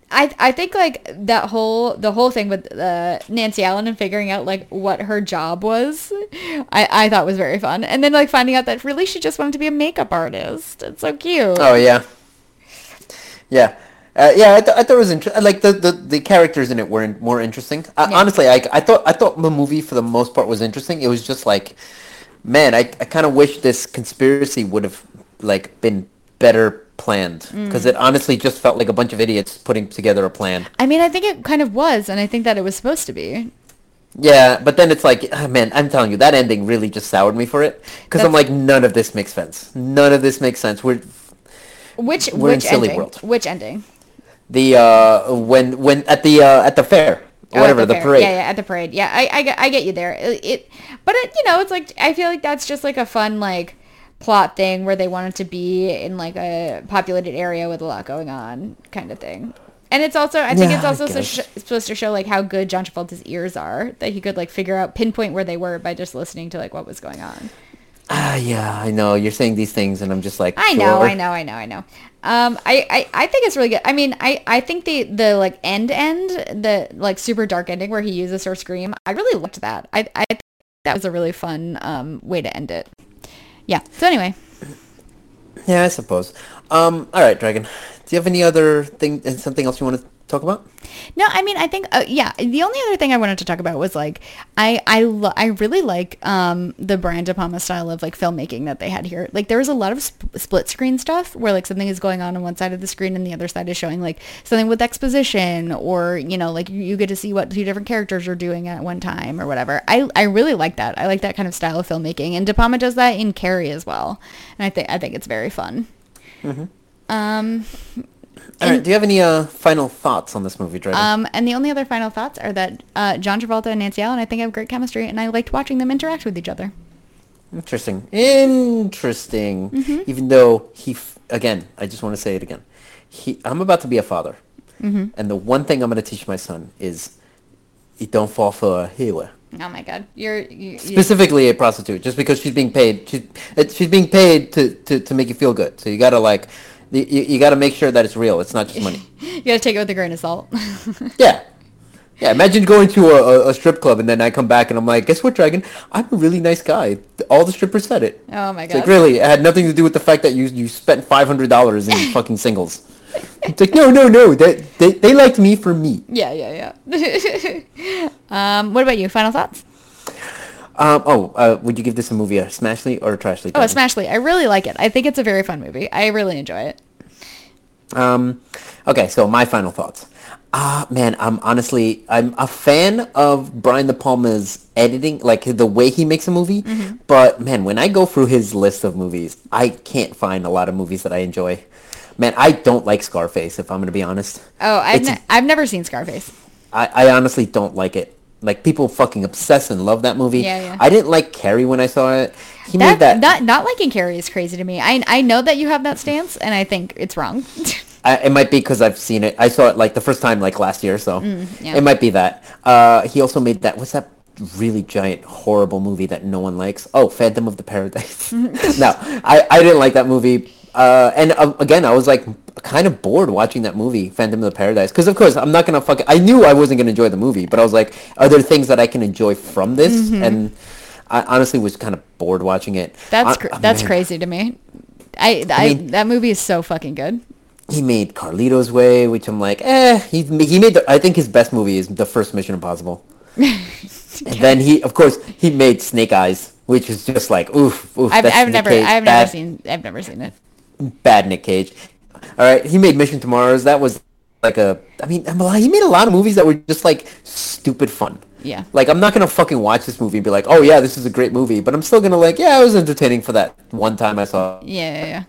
A: I, I think like that whole the whole thing with uh, Nancy Allen and figuring out like what her job was, I, I thought was very fun. And then like finding out that really she just wanted to be a makeup artist. It's so cute.
B: Oh yeah, yeah, uh, yeah. I, th- I thought it was interesting. Like the, the, the characters in it were in- more interesting. I,
A: Yeah.
B: Honestly, I I thought I thought the movie for the most part was interesting. It was just like, man, I I kind of wish this conspiracy would have like been better planned because it honestly just felt like a bunch of idiots putting together a plan.
A: I mean, I think it kind of was, and I think that it was supposed to be.
B: Yeah, but then it's like, ah, man, I'm telling you, that ending really just soured me for it because I'm like, none of this makes sense. None of this makes sense. We're
A: Which
B: We're in
A: which
B: silly
A: ending?
B: world.
A: Which ending?
B: The uh, when when at the uh, at the fair,
A: Oh, at
B: whatever the,
A: fair.
B: parade.
A: Yeah, yeah, at the parade. Yeah, I, I, get- I get you there. It, it- but it, you know, it's like I feel like that's just like a fun like plot thing where they wanted to be in like a populated area with a lot going on, kind of thing. And it's also, I think
B: Yeah,
A: it's
B: I
A: also so
B: guess.
A: sh- supposed to show like how good John Travolta's ears are that he could like figure out pinpoint where they were by just listening to like what was going on.
B: Ah, yeah, I know. You're saying these things, and I'm just like,
A: I know,
B: sure.
A: I know, I know, I know. Um, I, I, I think it's really good. I mean, I, I think the, the like end end, the like super dark ending where he uses her scream, I really liked that. I, I think that was a really fun um, way to end it. Yeah. So anyway,
B: Yeah, I suppose. Um, all right, Dragon. Do you have any other thing, something else you want to talk about?
A: no, I mean, I think, uh, yeah, the only other thing I wanted to talk about was like, I, I, lo- I really like um, the Brian De Palma style of like filmmaking that they had here. Like there was a lot of sp- split screen stuff where like something is going on on one side of the screen and the other side is showing like something with exposition or, you know, like you, you get to see what two different characters are doing at one time or whatever. I, I really like that. I like that kind of style of filmmaking. And De Palma does that in Carrie as well. And I think, I think it's very fun. Um,
B: All right. Do you have any uh, final thoughts on this movie, Dragon?
A: Um, and the only other final thoughts are that uh, John Travolta and Nancy Allen, I think, have great chemistry, and I liked watching them interact with each other.
B: Interesting. Interesting.
A: Mm-hmm.
B: Even though he, f- again, I just want to say it again. He, I'm about to be a father,
A: Mm-hmm.
B: and the one thing I'm going to teach my son is, you don't fall for a hero.
A: Oh my God, you're you, you,
B: Specifically, a prostitute, just because she's being paid. She, it- she's being paid to, to, to make you feel good. So you gotta like, you, you you gotta make sure that it's real. It's not just money.
A: you gotta take it with a grain of salt.
B: Yeah. Yeah, imagine going to a, a, a strip club and then I come back and I'm like, guess what, Dragon? I'm a really nice guy. All the strippers said it.
A: Oh my
B: It's like,
A: God.
B: really? It had nothing to do with the fact that you, you spent $500 in fucking singles. It's like, no, no, no. They, they, they liked me for me.
A: yeah, yeah, yeah. um, what about you? Final thoughts?
B: Um, oh, uh, would you give this a movie a smashly or a trashly?
A: Oh,
B: Dragon?
A: Smashly, I really like it. I think it's a very fun movie. I really enjoy it.
B: Um, okay, so my final thoughts. Ah, man, I'm honestly, I'm a fan of Brian De Palma's editing, like the way he makes a movie.
A: Mm-hmm.
B: But man, when I go through his list of movies, I can't find a lot of movies that I enjoy. Man, I don't like Scarface, if I'm gonna be honest.
A: Oh, I've
B: It's-
A: ne- I've never seen Scarface.
B: I, I honestly don't like it. Like people fucking obsess and love that movie.
A: Yeah, yeah.
B: I didn't like Carrie when I saw it. He
A: That,
B: made that.
A: not not liking Carrie is crazy to me. I I know that you have that stance, and I think it's wrong.
B: I, it might be because I've seen it. I saw it like the first time like last year, so
A: Mm, yeah.
B: it might be that. Uh, he also made that. What's that really giant horrible movie that no one likes? Oh, Phantom of the Paradise. no, I, I didn't like that movie. Uh, and uh, again, I was like kind of bored watching that movie, Phantom of the Paradise, because of course I'm not gonna fuck. I knew I wasn't gonna enjoy the movie, but I was like, are there things that I can enjoy from this?
A: Mm-hmm.
B: And I honestly was kind of bored watching it.
A: that's
B: I-
A: cr-
B: I-
A: that's
B: man.
A: crazy to me. I I,
B: mean-
A: that movie is so fucking good.
B: he made Carlito's Way, which I'm like, eh. He he made. The, I think his best movie is the first Mission Impossible. and then he, of course, he made Snake Eyes, which is just like oof, oof.
A: I've,
B: that's
A: I've
B: Nick
A: never
B: Cage,
A: I've
B: bad,
A: never seen I've never seen it.
B: bad Nick Cage. All right, he made Mission Tomorrow's. That was like a. I mean, I'm li- he made a lot of movies that were just like stupid fun.
A: Yeah.
B: Like I'm not gonna fucking watch this movie and be like, oh yeah, this is a great movie, but I'm still gonna like, yeah, it was entertaining for that one time I saw. it.
A: Yeah, yeah, yeah.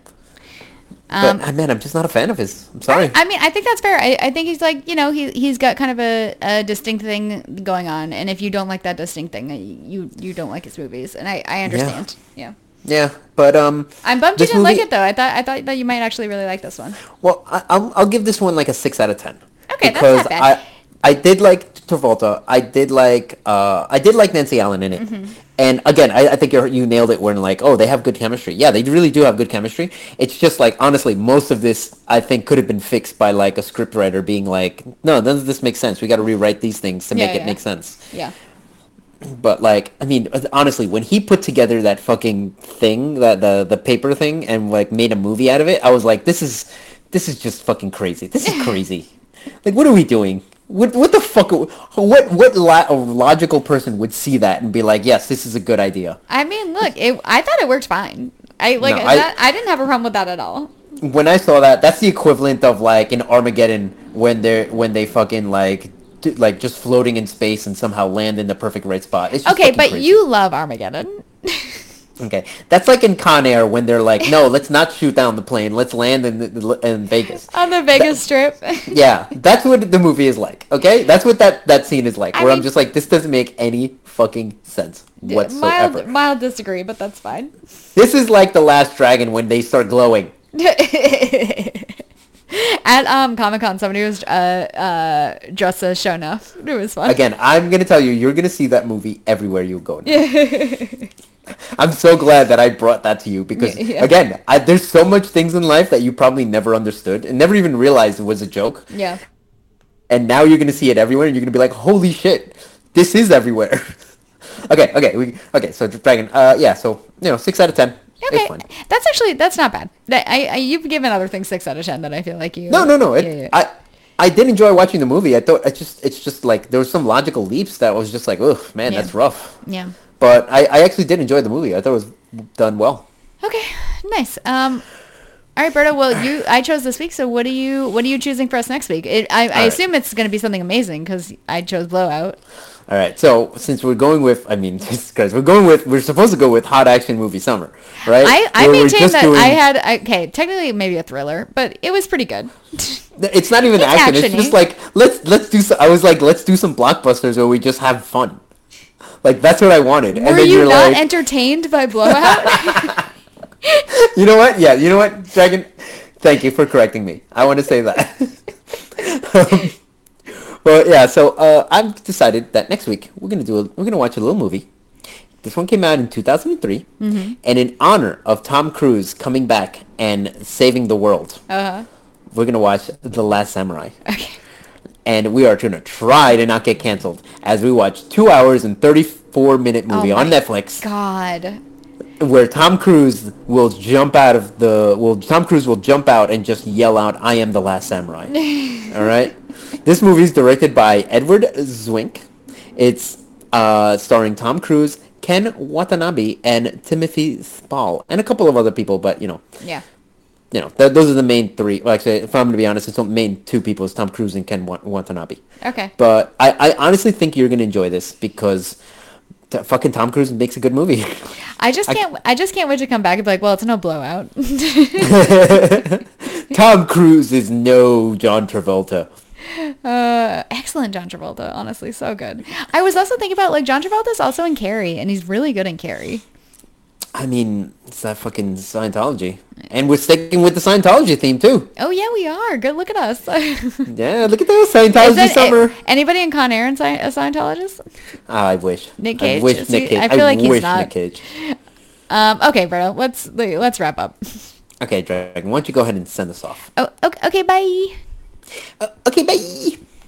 B: But ah, man, I'm just not a fan of his. I'm sorry.
A: Um, I mean, I think that's fair. I, I think he's like, you know, he he's got kind of a, a distinct thing going on, and if you don't like that distinct thing, you you don't like his movies, and I, I understand. Yeah.
B: yeah, but um.
A: I'm bummed you
B: this
A: didn't like
B: movie-
A: it though. I thought I thought that you might actually really like this one.
B: Well, I, I'll, I'll give this one like a six out of ten.
A: Okay, that's not bad.
B: I I did like Travolta. I did like uh, I did like Nancy Allen in it.
A: Mm-hmm.
B: And again, I, I think you you nailed it. When like, oh, they have good chemistry. Yeah, they really do have good chemistry. It's just like honestly, most of this I think could have been fixed by like a scriptwriter being like, no, none of this makes sense. We got to rewrite these things to
A: Yeah,
B: make it
A: yeah.
B: make sense.
A: Yeah.
B: But like, I mean, uh, honestly, when he put together that fucking thing, that the the paper thing, and like made a movie out of it, I was like, this is this is just fucking crazy. This is crazy. like, what are we doing? What what the fuck? What what lo- a logical person would see that and be like, yes, this is a good idea.
A: I mean, look, it, I thought it worked fine. I like
B: No, I-
A: that, I didn't have a problem with that at all.
B: When I saw that, that's the equivalent of like in Armageddon when they're when they fucking like. d- Like just floating in space and somehow land in the perfect right spot. It's just
A: Okay,
B: fucking
A: but
B: crazy.
A: you love Armageddon.
B: Okay, that's like in Con Air when they're like, "No, let's not shoot down the plane. Let's land in in Vegas."
A: on the Vegas Strip.
B: Yeah, that's what the movie is like. Okay, that's what that that scene is like.
A: I
B: where I'm
A: mean-
B: just like, this doesn't make any fucking sense whatsoever.
A: mild, mild disagree, but that's fine.
B: This is like the Last Dragon when they start glowing.
A: At um, Comic Con, somebody was uh, uh, dressed as Shona. It was fun.
B: Again, I'm gonna tell you, you're gonna see that movie everywhere you go. Now. I'm so glad that I brought that to you because
A: Y- yeah.
B: again, I, there's so much things in life that you probably never understood and never even realized it was a joke,
A: Yeah.
B: and now you're gonna see it everywhere, and you're gonna be like, "Holy shit, this is everywhere." okay, okay, we okay. So Dragon, uh, yeah. So you know, six out of ten.
A: Okay.
B: It's fine.
A: That's actually, that's not bad. That- I, I, you've given other things 6 out of 10 that I feel like you...
B: No, no, no. It,
A: Yeah, yeah.
B: I I did enjoy watching the movie. I thought it's just it's just like there was some logical leaps that was just like, oh man,
A: Yeah.
B: that's rough.
A: yeah.
B: But I, I actually did enjoy the movie. I thought it was done well.
A: Okay. Nice. Um, all right, Berta. Well, you I chose this week, so what are you what are you choosing for us next week? It, I, I
B: right.
A: assume it's going to be something amazing because I chose Blowout.
B: All right. So since we're going with, I mean, Jesus Christ, we're going with we're supposed to go with hot action movie summer, right?
A: I, I
B: Where we're
A: maintain
B: just
A: that
B: doing-
A: I had I- okay, technically maybe a thriller, but it was pretty good.
B: It's not even
A: It's
B: action. It's
A: actiony.
B: just like let's let's do. So, I was like, let's do some blockbusters where we just have fun. Like that's what I wanted. and
A: Were
B: then
A: you
B: you're
A: not
B: like,
A: entertained by Blowout?
B: You know what? Yeah, you know what, Dragon? Thank you for correcting me. I want to say that. um, well, yeah. So uh, I've decided that next week we're gonna do a, we're gonna watch a little movie. This one came out in 2003,
A: Mm-hmm.
B: and in honor of Tom Cruise coming back and saving the world,
A: uh,
B: we're gonna watch The Last Samurai,
A: okay.
B: and we are gonna try to not get canceled as we watch two hours and 34 minute movie on
A: Oh my
B: Netflix
A: God.
B: where Tom Cruise will jump out of the will Tom Cruise will jump out and just yell out, "I am the last samurai." All right. This movie is directed by Edward Zwink. It's uh, starring Tom Cruise, Ken Watanabe, and Timothy Spall, and a couple of other people. But you know,
A: Yeah.
B: you know, th- those are the main three. Well, actually, if I'm going to be honest, it's the main two people is Tom Cruise and Ken Wa- Watanabe.
A: Okay.
B: But I, I honestly think you're going to enjoy this because t- fucking Tom Cruise makes a good movie.
A: I just can't. I, just can't wait to come back and be like, well, it's no blowout.
B: Tom Cruise is no John Travolta.
A: Uh, excellent John Travolta, honestly, so good. I was also thinking about like John Travolta's also in Carrie, and he's really good in Carrie.
B: I mean, it's that fucking Scientology. And we're sticking with the Scientology theme too.
A: Oh yeah, we are. Good. Look at us. Is
B: Yeah, look at this Scientology
A: that-
B: summer.
A: a- anybody in Con Air and Sci- a Scientologist?
B: Ah, I wish.
A: Nick
B: I
A: Cage?
B: wish
A: Is
B: Nick
A: he-
B: Cage.
A: I feel like he's
B: wish
A: not.
B: Nick Cage.
A: Um, okay, Berto, let's let's wrap up.
B: Okay, Dragon, why don't you go ahead and send us off?
A: Oh, okay, okay bye.
B: Uh, okay, bye.